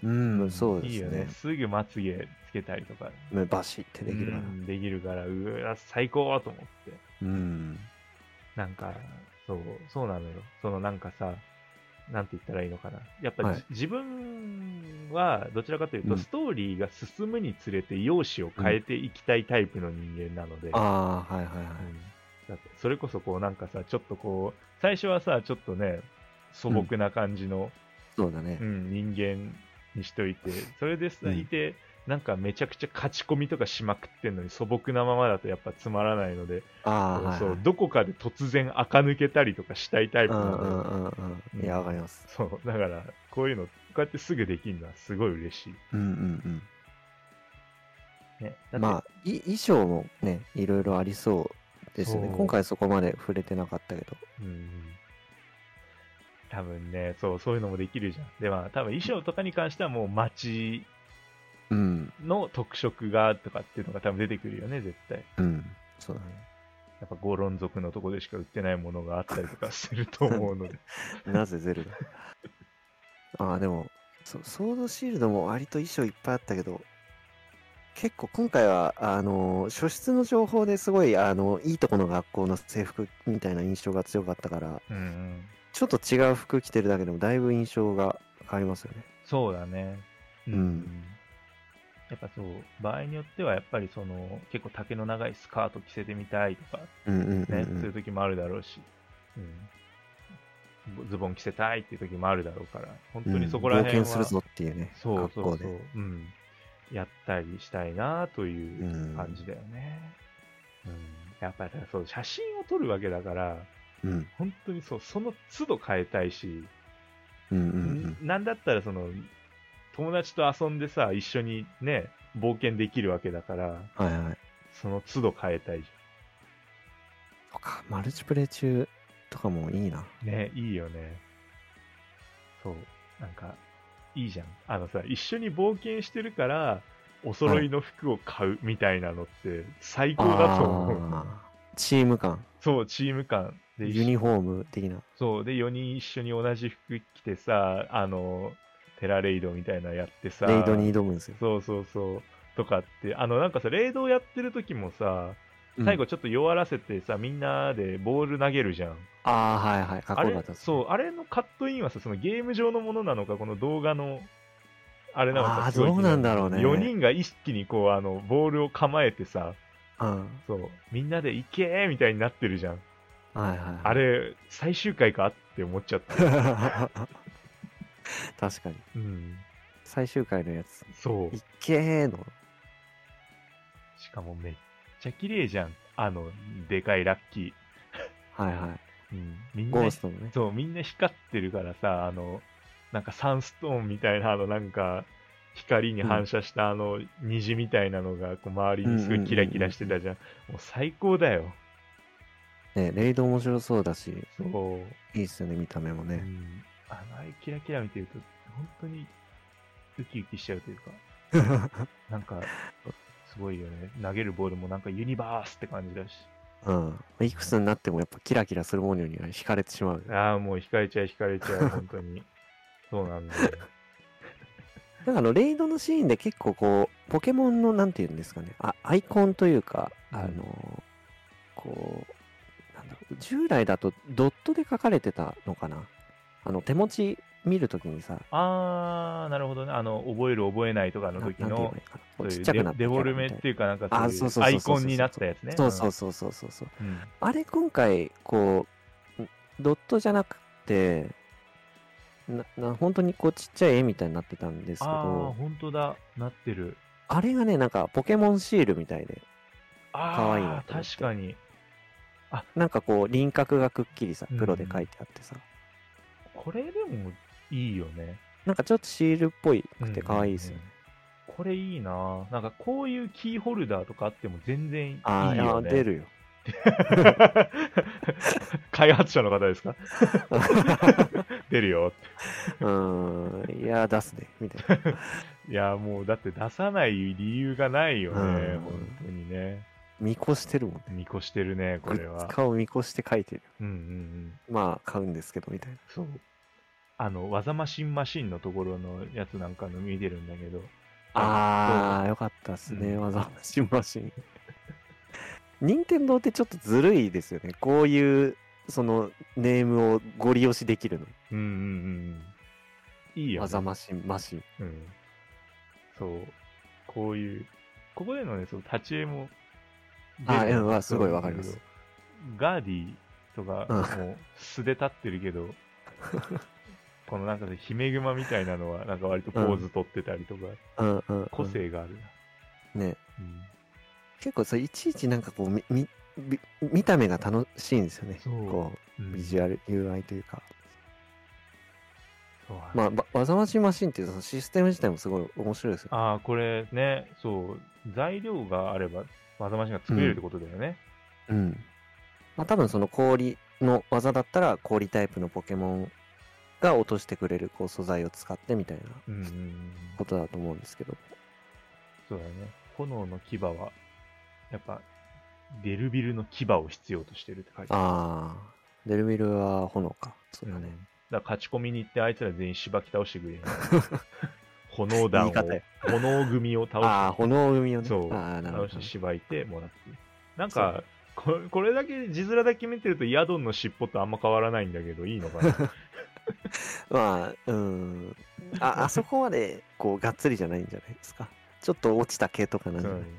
[SPEAKER 3] うん、そうです
[SPEAKER 2] いいよ
[SPEAKER 3] ね
[SPEAKER 2] ね。。すぐまつげつけたりとか、
[SPEAKER 3] 目バシってできるか
[SPEAKER 2] う
[SPEAKER 3] ら。
[SPEAKER 2] んできるから、うわ、最高と思って。
[SPEAKER 3] うん。
[SPEAKER 2] なんか、そう、そうなのよ。そのなんかさ、なんて言ったらいいのかな。やっぱ、
[SPEAKER 3] はい
[SPEAKER 2] じ自分は、どちらかというと、
[SPEAKER 3] うん
[SPEAKER 2] ストーリーが進むにつれて、容姿を変えていきたいタイプの人間なので、
[SPEAKER 3] ああ、はいはいはい。
[SPEAKER 2] うんだってそれこそこうなんかさ、ちょっとこう、最初はさ、ちょっとね、素朴な感じの、
[SPEAKER 3] そうだね
[SPEAKER 2] う。ん、人間にしといて、それでさ
[SPEAKER 3] うん
[SPEAKER 2] いて、なんかめちゃくちゃ勝ち込みとかしまくってんのに素朴なままだとやっぱつまらないので、
[SPEAKER 3] ああ、はいはい。
[SPEAKER 2] そうどこかで突然垢抜けたりとかしたいタイプ
[SPEAKER 3] う
[SPEAKER 2] なんので、
[SPEAKER 3] うんうんうんうん。いや、わかります。
[SPEAKER 2] そうだからこういうのこうやってすぐできるのはすごい嬉しい、
[SPEAKER 3] うんうんうん。
[SPEAKER 2] ね、
[SPEAKER 3] まあ、い衣装もね、いろいろありそうですよね
[SPEAKER 2] そ。う
[SPEAKER 3] 今回そこまで触れてなかったけど。
[SPEAKER 2] うん多分ね、そう、そういうのもできるじゃん。で、まあ、多分衣装とかに関してはもう街
[SPEAKER 3] うん、
[SPEAKER 2] の特色がとかっていうのが多分出てくるよね、絶対。
[SPEAKER 3] うん、そうだ
[SPEAKER 2] やっぱゴロン族のとこでしか売ってないものがあったりとかしてると思う
[SPEAKER 3] *laughs*
[SPEAKER 2] ので。
[SPEAKER 3] ね。なぜゼルダああ、でもそ、ソードシールドも割と衣装いっぱいあったけど、結構今回は、あのー、初出の情報ですごい、あのー、いいとこの学校の制服みたいな印象が強かったから、
[SPEAKER 2] うんうん。
[SPEAKER 3] ちょっと違う服着てるだけでもだいぶ印象が変わりますよね。
[SPEAKER 2] そうだね。
[SPEAKER 3] うん
[SPEAKER 2] やっぱそう、場合によってはやっぱりその、結構丈の長いスカート着せてみたいとか、
[SPEAKER 3] うんうんうん、
[SPEAKER 2] ね、
[SPEAKER 3] うん
[SPEAKER 2] そういう時もあるだろうし、うん、ズボン着せたいっていう時もあるだろうから、本当にそこら辺は、
[SPEAKER 3] うん冒険するぞっていうね、
[SPEAKER 2] そう
[SPEAKER 3] 格
[SPEAKER 2] そ
[SPEAKER 3] 好
[SPEAKER 2] うそ
[SPEAKER 3] で。
[SPEAKER 2] う、うん、やったりしたいなといううん感じだよね。うんやっぱりそう写真を撮るわけだから、
[SPEAKER 3] うん、
[SPEAKER 2] 本当にそうその都度変えたいし、
[SPEAKER 3] うん、うん
[SPEAKER 2] なんだったらその友達と遊んでさ、一緒にね、冒険できるわけだから、
[SPEAKER 3] うん。はいはい。
[SPEAKER 2] その都度変えたいじ
[SPEAKER 3] とか、マルチプレイ中とかもいいな。
[SPEAKER 2] ゃん。ね、いいよね。そう、なんか、いいじゃん。あのさ、一緒に冒険してるから、お揃いの服を買うみたいなのって最高だと思う。
[SPEAKER 3] あーチーム感、
[SPEAKER 2] そう、チーム感で、
[SPEAKER 3] ユニフォーム的な。
[SPEAKER 2] そう、で、4人一緒に同じ服着てさ、あの、テラレイドみたいなのやってさ、
[SPEAKER 3] レイドに挑むんですよ。
[SPEAKER 2] そうそうそう、とかって、あの、なんかさ、レイドをやってる時もさ、最後
[SPEAKER 3] うん
[SPEAKER 2] ちょっと弱らせてさ、みんなでボール投げるじゃん。
[SPEAKER 3] ああ、はいはい。かっ
[SPEAKER 2] あ
[SPEAKER 3] こよか
[SPEAKER 2] れ
[SPEAKER 3] った、ですね
[SPEAKER 2] そう、あれのカットインはさ、そのゲーム上のものなのか、この動画の、あれなのか、
[SPEAKER 3] あー
[SPEAKER 2] すごい気に
[SPEAKER 3] どうなんだろうね
[SPEAKER 2] 4人が一気にこう、あの、ボールを構えてさ、
[SPEAKER 3] うん。
[SPEAKER 2] そう、みんなで行けーみたいになってるじゃん。
[SPEAKER 3] はいはい。
[SPEAKER 2] あれ、最終回かって思っちゃった。
[SPEAKER 3] *laughs* 確かに。
[SPEAKER 2] うん。
[SPEAKER 3] 最終回のやつ。
[SPEAKER 2] そう
[SPEAKER 3] い。っけーの。
[SPEAKER 2] しかもめっちゃ綺麗じゃん。あの、でかいラッキー。
[SPEAKER 3] はいはい。
[SPEAKER 2] うん。みん
[SPEAKER 3] ゴ
[SPEAKER 2] な
[SPEAKER 3] ー、ストのね。
[SPEAKER 2] そう、みんな光ってるからさ、あの、なんかサンストーンみたいな、あの、なんか、光に反射したあの、虹みたいなのが、こう、周りにすごいキラキラしてたじゃん。もう最高だよ。
[SPEAKER 3] ね、レイド面白そうだし、
[SPEAKER 2] そう。
[SPEAKER 3] いいっすよね、見た目も
[SPEAKER 2] う
[SPEAKER 3] ね。 *laughs*
[SPEAKER 2] ん。あの、ああいうキラキラ見てると、本当に、ウキウキしちゃうというか、なんか、すごいよね。投げるボールもなんかユニバースって感じだし。
[SPEAKER 3] うん。いくつになってもやっぱキラキラするものには惹かれてしまう。
[SPEAKER 2] ああ、もう惹かれちゃう、惹かれちゃう、本当に。そうなんだよ。
[SPEAKER 3] なんかあの、レイドのシーンで結構こう、ポケモンの、なんていうんですかね、あアイコンというか、あの、こう、なんだろう、従来だとドットで書かれてたのかな。あの、手持ち見るときにさ、
[SPEAKER 2] ああ、なるほどね。あの、覚える、覚えないとか
[SPEAKER 3] な
[SPEAKER 2] の
[SPEAKER 3] なん
[SPEAKER 2] 時
[SPEAKER 3] て言えばいい
[SPEAKER 2] の、
[SPEAKER 3] かなこ
[SPEAKER 2] そう
[SPEAKER 3] う。
[SPEAKER 2] い
[SPEAKER 3] ちっ
[SPEAKER 2] う
[SPEAKER 3] ちゃく
[SPEAKER 2] デ
[SPEAKER 3] なったキ
[SPEAKER 2] デ
[SPEAKER 3] ャラみたいな。
[SPEAKER 2] ボルメっていうか、なんか
[SPEAKER 3] あ
[SPEAKER 2] そ
[SPEAKER 3] そうう
[SPEAKER 2] い
[SPEAKER 3] そううそう
[SPEAKER 2] ア
[SPEAKER 3] そう
[SPEAKER 2] イ
[SPEAKER 3] そう
[SPEAKER 2] コンになったやつね。
[SPEAKER 3] そうそうそうそうそうそう。
[SPEAKER 2] うん。うん
[SPEAKER 3] あれ今回、こう、んドットじゃなくて、な、な、本当にこうちっちゃい絵みたいになってたんですけ
[SPEAKER 2] ああ、
[SPEAKER 3] ど、
[SPEAKER 2] 本当だ。なってる。
[SPEAKER 3] あれがね、なんかポケモンシールみたいで、可愛い
[SPEAKER 2] あ
[SPEAKER 3] な
[SPEAKER 2] あ、
[SPEAKER 3] と思って
[SPEAKER 2] 確かに。
[SPEAKER 3] なんかこう輪郭がくっきりさ、黒で書いてあってさ、
[SPEAKER 2] これでもいいよね。
[SPEAKER 3] なんかちょっとシールっぽいくて
[SPEAKER 2] うん
[SPEAKER 3] 可愛いですよね。
[SPEAKER 2] これいいな。なんかこういうキーホルダーとかあっても全然いい
[SPEAKER 3] あーいや
[SPEAKER 2] よね。
[SPEAKER 3] 出るよ。
[SPEAKER 2] 開発者の方ですか *laughs* 出るよ。
[SPEAKER 3] うーん、いや、出すね、み
[SPEAKER 2] *laughs*
[SPEAKER 3] たいな。
[SPEAKER 2] いや、もうだって出さない理由がないよね、
[SPEAKER 3] うん
[SPEAKER 2] 本当にね。
[SPEAKER 3] 見越してるもんね。
[SPEAKER 2] 見越してるね、こ
[SPEAKER 3] グ
[SPEAKER 2] れ
[SPEAKER 3] ッズ
[SPEAKER 2] は。
[SPEAKER 3] 化を見越して書いてる。
[SPEAKER 2] うんうんうん。
[SPEAKER 3] まあ、買うんですけど、みたいな。
[SPEAKER 2] そう。あの、技マシンマシンのところのやつなんかの見てるんだけど、
[SPEAKER 3] あー、よかったっすね、
[SPEAKER 2] う
[SPEAKER 3] わざわざ新マシン。任天堂ってちょっとずるいですよね。こういう、その、ネームをゴリ押しできるの。
[SPEAKER 2] うんうんうんうん。いいよ、
[SPEAKER 3] わ
[SPEAKER 2] ね。
[SPEAKER 3] ざマシン、マシン。
[SPEAKER 2] うん。そう。こういう、ここでのね、その立ち絵も出る。
[SPEAKER 3] あうんわすごいわかります
[SPEAKER 2] ガーディとか、もう素で立ってる
[SPEAKER 3] *laughs*
[SPEAKER 2] けど、このなんかね、ヒメグマみたいなのは、なんか割とポーズ取ってたりとか、
[SPEAKER 3] うんうん、うん。
[SPEAKER 2] 個性があるな。
[SPEAKER 3] ね。
[SPEAKER 2] うん
[SPEAKER 3] 結構それいちいちなんかこうみみみ見た目が楽しいんですよね
[SPEAKER 2] そう
[SPEAKER 3] こうビジュアル UI というか
[SPEAKER 2] そそう
[SPEAKER 3] まあ、わわざましマシンっていうそのシステム自体もすごい面白いですよ。
[SPEAKER 2] ああ、これね、そう、材料があれば、わざましが作れるってことだよね。
[SPEAKER 3] うん。まあ、多分その氷の技だったら氷タイプのポケモンが落としてくれるこう素材を使ってみたいな
[SPEAKER 2] うん、うんうん、
[SPEAKER 3] ことだと思うんですけど。
[SPEAKER 2] そうだよね。炎の牙は、やっぱ、デルビルの牙を必要としてるって書いてある。
[SPEAKER 3] ああ、デルビルは炎か。そうだ
[SPEAKER 2] うん
[SPEAKER 3] ね。
[SPEAKER 2] だから勝ち込みに行って、あいつら全員しばき倒してく
[SPEAKER 3] *laughs*
[SPEAKER 2] れる。炎弾
[SPEAKER 3] 言い
[SPEAKER 2] を
[SPEAKER 3] 方よ、
[SPEAKER 2] 炎組を
[SPEAKER 3] ああ、
[SPEAKER 2] 倒して、
[SPEAKER 3] 炎組をね。
[SPEAKER 2] そう
[SPEAKER 3] ああ、なるほ
[SPEAKER 2] 倒
[SPEAKER 3] ど
[SPEAKER 2] して。しばいてもらってくる。なん
[SPEAKER 3] そ
[SPEAKER 2] か、これこれだけ字面だけ見てるとヤドンの尻尾とあんま変わらないんだけど、いいのかな
[SPEAKER 3] *laughs* まあ、うん。あ、あそこまで、こう、がっつりじゃないんじゃないですか。ちょっと落ちた毛とかなんじ
[SPEAKER 2] う
[SPEAKER 3] ゃない
[SPEAKER 2] ん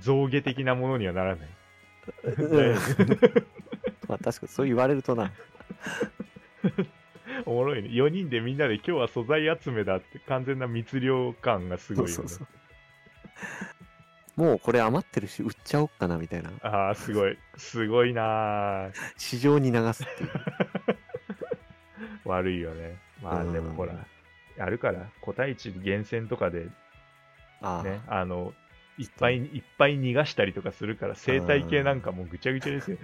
[SPEAKER 2] 象牙的なものにはならない。 *laughs*
[SPEAKER 3] うんまあ、確かにそう言われるとな。
[SPEAKER 2] おもろいね。4人でみんなで今日は素材集めだって完全な密漁感がすごいよね。
[SPEAKER 3] そうそうそうもうこれ余ってるし、売っちゃおっかな、みたいな。
[SPEAKER 2] ああ、すごい。すごいなあ
[SPEAKER 3] 市場に流すっていう。
[SPEAKER 2] 悪いよね。まあ
[SPEAKER 3] うん
[SPEAKER 2] でもほら、あるから、個体値厳選とかで
[SPEAKER 3] ああ、
[SPEAKER 2] ね、あの、いっぱい、いっぱい逃がしたりとかするから、生態系なんかもうぐちゃぐちゃですよ。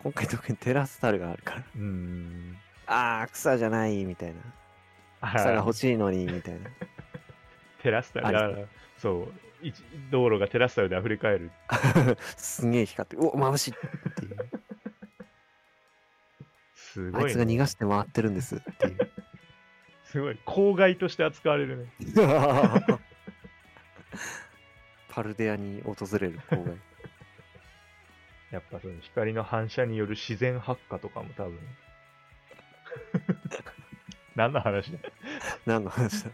[SPEAKER 3] 今回特にテラスタルがあるから。
[SPEAKER 2] うーん。
[SPEAKER 3] ああ、草じゃない、みたいな。
[SPEAKER 2] あ
[SPEAKER 3] 草が
[SPEAKER 2] ら
[SPEAKER 3] 欲、しいのに、みたいな。
[SPEAKER 2] テラスタル、
[SPEAKER 3] あ
[SPEAKER 2] だからそう、一道路がテラスタルで溢れ返る。 *laughs*
[SPEAKER 3] すげえ光って、うお、眩しいっていう。
[SPEAKER 2] す
[SPEAKER 3] あ
[SPEAKER 2] ご
[SPEAKER 3] い
[SPEAKER 2] い
[SPEAKER 3] つが
[SPEAKER 2] ね、
[SPEAKER 3] 逃がして回ってるんですっていう。
[SPEAKER 2] すごい。公害として扱われるね。
[SPEAKER 3] *laughs* パルデアに訪れる郊外。
[SPEAKER 2] やっぱその光の反射による自然発火とかも
[SPEAKER 3] *laughs*
[SPEAKER 2] 多分。何の話だ
[SPEAKER 3] 何の話だ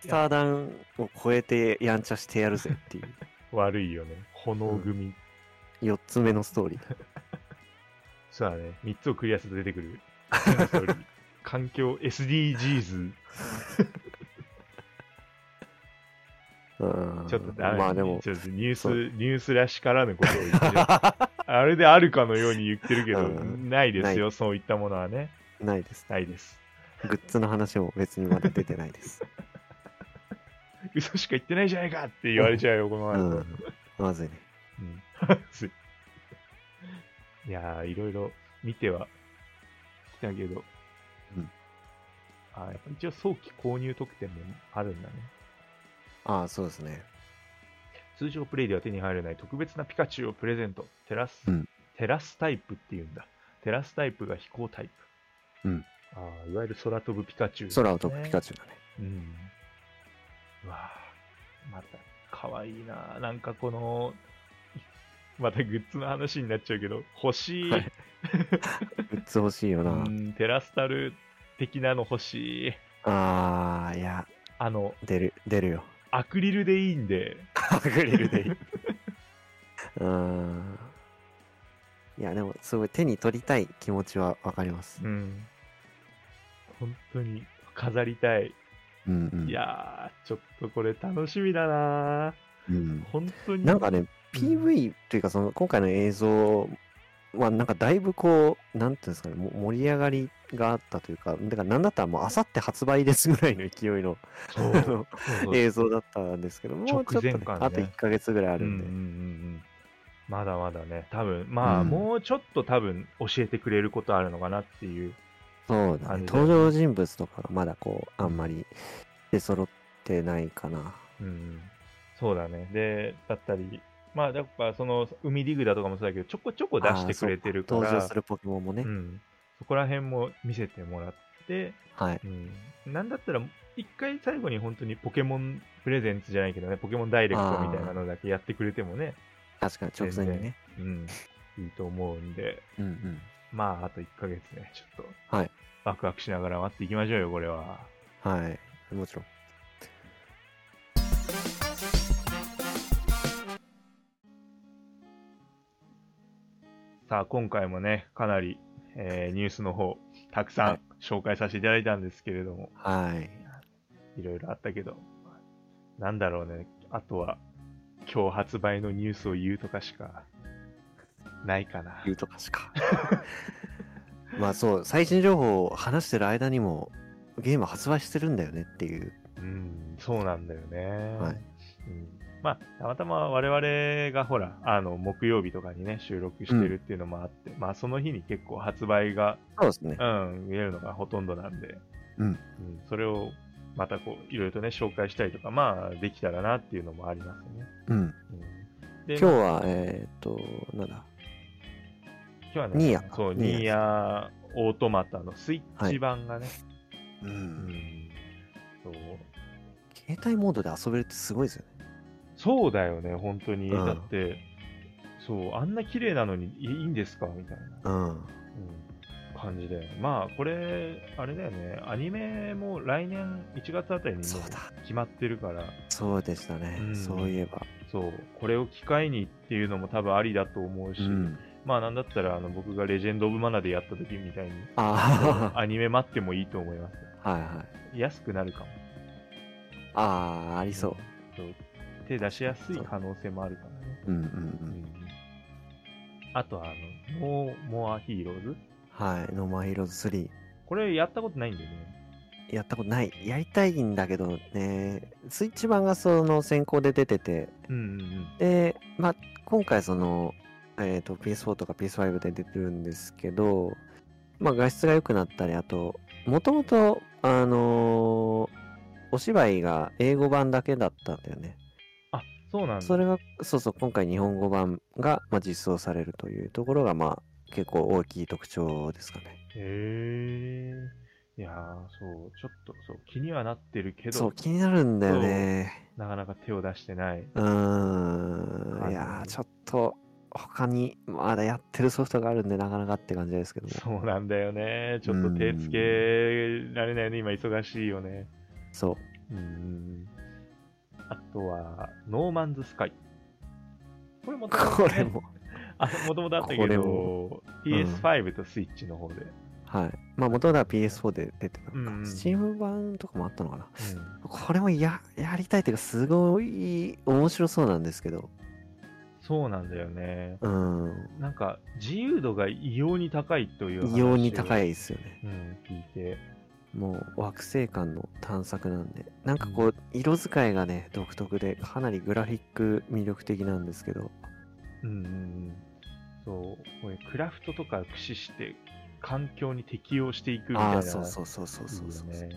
[SPEAKER 3] スターダンを超えてやんちゃしてやるぜっていう。
[SPEAKER 2] 悪いよね。炎組。
[SPEAKER 3] 4つ目のストーリー。
[SPEAKER 2] そうだね。3つをクリアすると出てくる。ストーリ
[SPEAKER 3] *laughs*
[SPEAKER 2] ー環境 SDGs。
[SPEAKER 3] うん
[SPEAKER 2] ちょっとダメ。
[SPEAKER 3] まあでも、
[SPEAKER 2] ちょっとニュース、
[SPEAKER 3] そう
[SPEAKER 2] ニュースらしからぬことを
[SPEAKER 3] *laughs*
[SPEAKER 2] 言ってる。あれであるかのように言ってるけど、
[SPEAKER 3] うん
[SPEAKER 2] ないです
[SPEAKER 3] な
[SPEAKER 2] よ。そういったものはね。
[SPEAKER 3] ないです。
[SPEAKER 2] ないです。
[SPEAKER 3] グッズの話も別にまだ出てない
[SPEAKER 2] *laughs*
[SPEAKER 3] です。
[SPEAKER 2] 嘘しか言ってないじゃないかって言われちゃうよ、この
[SPEAKER 3] う
[SPEAKER 2] 後。
[SPEAKER 3] ん。まずいね。
[SPEAKER 2] うん。 *laughs* いやー、いろいろ見ては来たけど。
[SPEAKER 3] うん。
[SPEAKER 2] あー一応早期購入特典もあるんだね。
[SPEAKER 3] ああ、そうですね。
[SPEAKER 2] 通常プレイでは手に入らない特別なピカチュウをプレゼント。テラス、
[SPEAKER 3] うん
[SPEAKER 2] テラスタイプって言うんだ。テラスタイプが飛行タイプ。
[SPEAKER 3] うん。
[SPEAKER 2] ああ、いわゆる空飛ぶピカチュウ、
[SPEAKER 3] 空を飛ぶピカ
[SPEAKER 2] チ
[SPEAKER 3] チュウだね。
[SPEAKER 2] ュウ。うん。うわあ、また、かわいいな。なんかこの、またグッズの話になっちゃうけど、欲しい、
[SPEAKER 3] はいグッズ欲しいよ
[SPEAKER 2] う
[SPEAKER 3] な。
[SPEAKER 2] ん、テラスタル的なの欲しい。
[SPEAKER 3] ああ、いや、
[SPEAKER 2] あの、
[SPEAKER 3] 出る、出るよ。
[SPEAKER 2] アクリルでいいんで、
[SPEAKER 3] アクリルでいい。 *laughs* うん。いや、でも、すごい手に取りたい気持ちはわかります。
[SPEAKER 2] うん。本当に飾りたい。
[SPEAKER 3] うんうん。
[SPEAKER 2] いやー、ちょっとこれ楽しみだな
[SPEAKER 3] うん
[SPEAKER 2] ー。本当に。
[SPEAKER 3] なんかね、PV というか、その今回の映像は、なんかだいぶこう、なんていうんですかね、も盛り上がりがあったというか、だからなんだったらもう、あさって発売ですぐらいの勢いの
[SPEAKER 2] *laughs* そう、
[SPEAKER 3] あの
[SPEAKER 2] そうそう
[SPEAKER 3] 映像だったんですけど、もうちょっとね、
[SPEAKER 2] 直前感ね
[SPEAKER 3] あと1ヶ月ぐらいあ
[SPEAKER 2] う
[SPEAKER 3] る
[SPEAKER 2] んうんんう
[SPEAKER 3] で、
[SPEAKER 2] んうん。まだまだね、多分まあ、
[SPEAKER 3] うん
[SPEAKER 2] もうちょっと多分教えてくれることあるのかなっていう。
[SPEAKER 3] そうだ
[SPEAKER 2] あれ
[SPEAKER 3] ね、
[SPEAKER 2] だよね
[SPEAKER 3] 登場人物とかがまだこう、あんまり出揃ってないかな。
[SPEAKER 2] うん。そうだね。で、だったり、まあ、やっぱその、海リグだとかもそうだけど、ちょこちょこ出してくれてるから、
[SPEAKER 3] 登場するポケモンもね、
[SPEAKER 2] うん。そこら辺も見せてもらって、
[SPEAKER 3] はい。
[SPEAKER 2] うん、なんだったら、一回最後に本当にポケモンプレゼンツじゃないけどね、ポケモンダイレクトみたいなのだけやってくれてもね、
[SPEAKER 3] 確かに直前にね。
[SPEAKER 2] うん、いいと思うんで、
[SPEAKER 3] うんうん。
[SPEAKER 2] まあ、あと1ヶ月ね、ちょっと、
[SPEAKER 3] はい
[SPEAKER 2] ワクワクしながら待っていきましょうよ、これは。
[SPEAKER 3] はい。もちろん。
[SPEAKER 2] さあ、今回もね、かなり、えーニュースの方、たくさ
[SPEAKER 3] は
[SPEAKER 2] ん
[SPEAKER 3] い
[SPEAKER 2] 紹介させていただいたんですけれども、
[SPEAKER 3] はい。
[SPEAKER 2] いろいろあったけど、なんだろうね、あとは、今日発売のニュースを言うとかしか、ないかな。 *laughs*
[SPEAKER 3] 言うとかしか。まあそう、最新情報を話してる間にも、ゲーム発売してるんだよねっていう。
[SPEAKER 2] うん、そうなんだよね。
[SPEAKER 3] はい
[SPEAKER 2] うん、まあ、たまたま我々がほら、あの、木曜日とかにね、収録してるっていうのもあって、まあ、その日に結構発売が、
[SPEAKER 3] そうですね。
[SPEAKER 2] うん、見えるのがほとんどなんで、
[SPEAKER 3] うん
[SPEAKER 2] それをまたこう、いろいろとね、紹介したりとか、まあ、できたらなっていうのもありますよね。
[SPEAKER 3] うん。
[SPEAKER 2] うん、
[SPEAKER 3] 今
[SPEAKER 2] で
[SPEAKER 3] 日は、えーっと、なんだ。
[SPEAKER 2] 今日はね、
[SPEAKER 3] ニーヤ
[SPEAKER 2] そう、
[SPEAKER 3] ニーヤ
[SPEAKER 2] ニーヤオートマタのスイッチ版がね、
[SPEAKER 3] う。
[SPEAKER 2] うんんそう
[SPEAKER 3] 携帯モードで遊べるってすごいですよね。
[SPEAKER 2] そうだよね、本当に。
[SPEAKER 3] うん
[SPEAKER 2] だって、そう、あんな綺麗なのにいいいんですかみたいな、
[SPEAKER 3] うん。
[SPEAKER 2] うん感じで。まあ、これ、あれだよね、アニメも来年1月あたりに
[SPEAKER 3] そ
[SPEAKER 2] も
[SPEAKER 3] う
[SPEAKER 2] う
[SPEAKER 3] だ。
[SPEAKER 2] 決まってるから、
[SPEAKER 3] そうでしたね。
[SPEAKER 2] うん
[SPEAKER 3] そういえば。
[SPEAKER 2] そう、これを機会にっていうのも多分ありだと思うし、
[SPEAKER 3] うん。
[SPEAKER 2] まあ、なんだったら、あの、僕がレジェンド・オブ・マナでやった時みた
[SPEAKER 3] *laughs*
[SPEAKER 2] いに、
[SPEAKER 3] あ
[SPEAKER 2] アニメ待ってもいいと思います。
[SPEAKER 3] あ、 *laughs* はいはい。
[SPEAKER 2] 安くなるかも。
[SPEAKER 3] ああ、ありそう。
[SPEAKER 2] そう手出しやすい可能性もあるからね。
[SPEAKER 3] うんうんうん。
[SPEAKER 2] あとはあの、モーモアヒーローズ
[SPEAKER 3] はい。ノーマンヒーローズ3。
[SPEAKER 2] これやったことないんだよね。
[SPEAKER 3] やったことない。やりたいんだけどね、スイッチ版がその先行で出てて、
[SPEAKER 2] うんうん
[SPEAKER 3] で、まあ、今回その、えっ、と、PS4 とか PS5 で出てるんですけど、まあ、画質が良くなったり、あと、もともと、あのーお芝居が英語版だけだったんだよね。
[SPEAKER 2] あ、そうなんだ。
[SPEAKER 3] それが、そうそう、今回日本語版が、まあ、実装されるというところが、まあ、結構大きい特徴ですかね。
[SPEAKER 2] へえ。いやー、そう、ちょっと、そう、気にはなってるけ
[SPEAKER 3] そ
[SPEAKER 2] ど
[SPEAKER 3] う、、気になるんだよね。
[SPEAKER 2] なかなか手を出してない。
[SPEAKER 3] うーん。いやー、ちょっと、他に、まだやってるソフトがあるんで、なかなかって感じですけども。
[SPEAKER 2] そうなんだよね。ちょっと手つけられないね、今忙しいよね。 *laughs*
[SPEAKER 3] そう。
[SPEAKER 2] うん。あとは、ノーマンズスカイ。これも、
[SPEAKER 3] これも。
[SPEAKER 2] あ、もともとあった
[SPEAKER 3] こ
[SPEAKER 2] け
[SPEAKER 3] れ
[SPEAKER 2] ど
[SPEAKER 3] も、
[SPEAKER 2] PS5 とスイッチの方で。
[SPEAKER 3] はい。まあ、元々は PS4 で出てた
[SPEAKER 2] うん
[SPEAKER 3] の
[SPEAKER 2] うん
[SPEAKER 3] か。スチーム版とかもあったのかな。これもや、やりたいっていうか、すごい面白そうなんですけど。
[SPEAKER 2] そうなんだよね。
[SPEAKER 3] うん。
[SPEAKER 2] なんか、自由度が異様に高いという話を
[SPEAKER 3] 異様に高いですよね。
[SPEAKER 2] うん、聞いて。
[SPEAKER 3] もう、惑星間の探索なんで。なんかこう、色使いがね、独特で、かなりグラフィック魅力的なんですけど。
[SPEAKER 2] うんうんうん。そう、これ、クラフトとか駆使して、環境に適応していくみたい
[SPEAKER 3] あ
[SPEAKER 2] な。
[SPEAKER 3] あ、そうそうそうそうそうそう。
[SPEAKER 2] いいよね。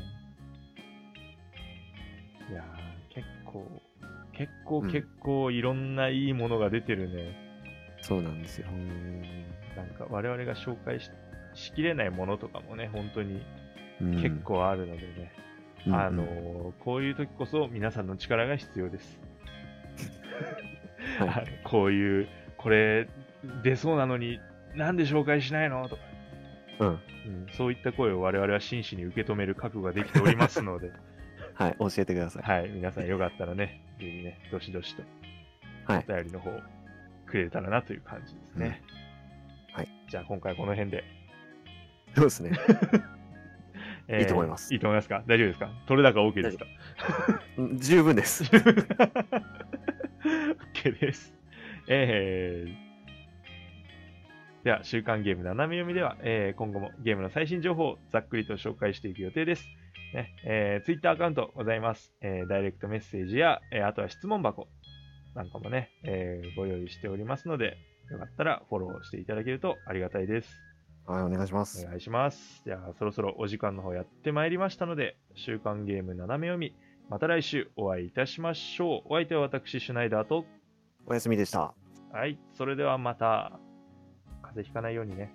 [SPEAKER 2] いやー、結構、結構
[SPEAKER 3] うん
[SPEAKER 2] 結構いろんないいものが出てるね。
[SPEAKER 3] そうなんですよ
[SPEAKER 2] う。んなんか我々が紹介ししきれないものとかもね、本当に
[SPEAKER 3] うん
[SPEAKER 2] 結、構あるのでね、
[SPEAKER 3] うん
[SPEAKER 2] あの、ーこういう時こそ皆さんの力が必要です。 *laughs*
[SPEAKER 3] はい
[SPEAKER 2] はいこういう、これ出そうなのになんで紹介しないのとか、
[SPEAKER 3] うん。
[SPEAKER 2] うんそういった声を我々は真摯に受け止める覚悟ができておりますので、
[SPEAKER 3] はい、教えてください。
[SPEAKER 2] *laughs* はい、皆さんよかったらね、ぜひね、どしどしと
[SPEAKER 3] はい
[SPEAKER 2] お便りの方くれたらなという感じですね。
[SPEAKER 3] うんはい。
[SPEAKER 2] じゃあ今回この辺で。
[SPEAKER 3] そうです *laughs* ね。
[SPEAKER 2] えー
[SPEAKER 3] いいと思います
[SPEAKER 2] いいと思いますか大丈夫ですか取れ高 OK ですか
[SPEAKER 3] うん十分 *laughs* です。
[SPEAKER 2] ?OK です。えー、では、週刊ゲーム斜め読みでは、えー今後もゲームの最新情報をざっくりと紹介していく予定です。ねえー、Twitter アカウントございます。えーダイレクトメッセージや、えーあとは質問箱なんかもね、えーご用意しておりますので、よかったらフォローしていただけるとありがたいです。
[SPEAKER 3] はい、お願いします
[SPEAKER 2] お。願いします。じゃあ、そろそろお時間の方やってまいりましたので、週刊ゲーム斜め読み、また来週お会いいたしましょう。お相手は私、シュナイダーと、
[SPEAKER 3] おやすみでした。
[SPEAKER 2] はい、それではまた、風邪ひかないようにね。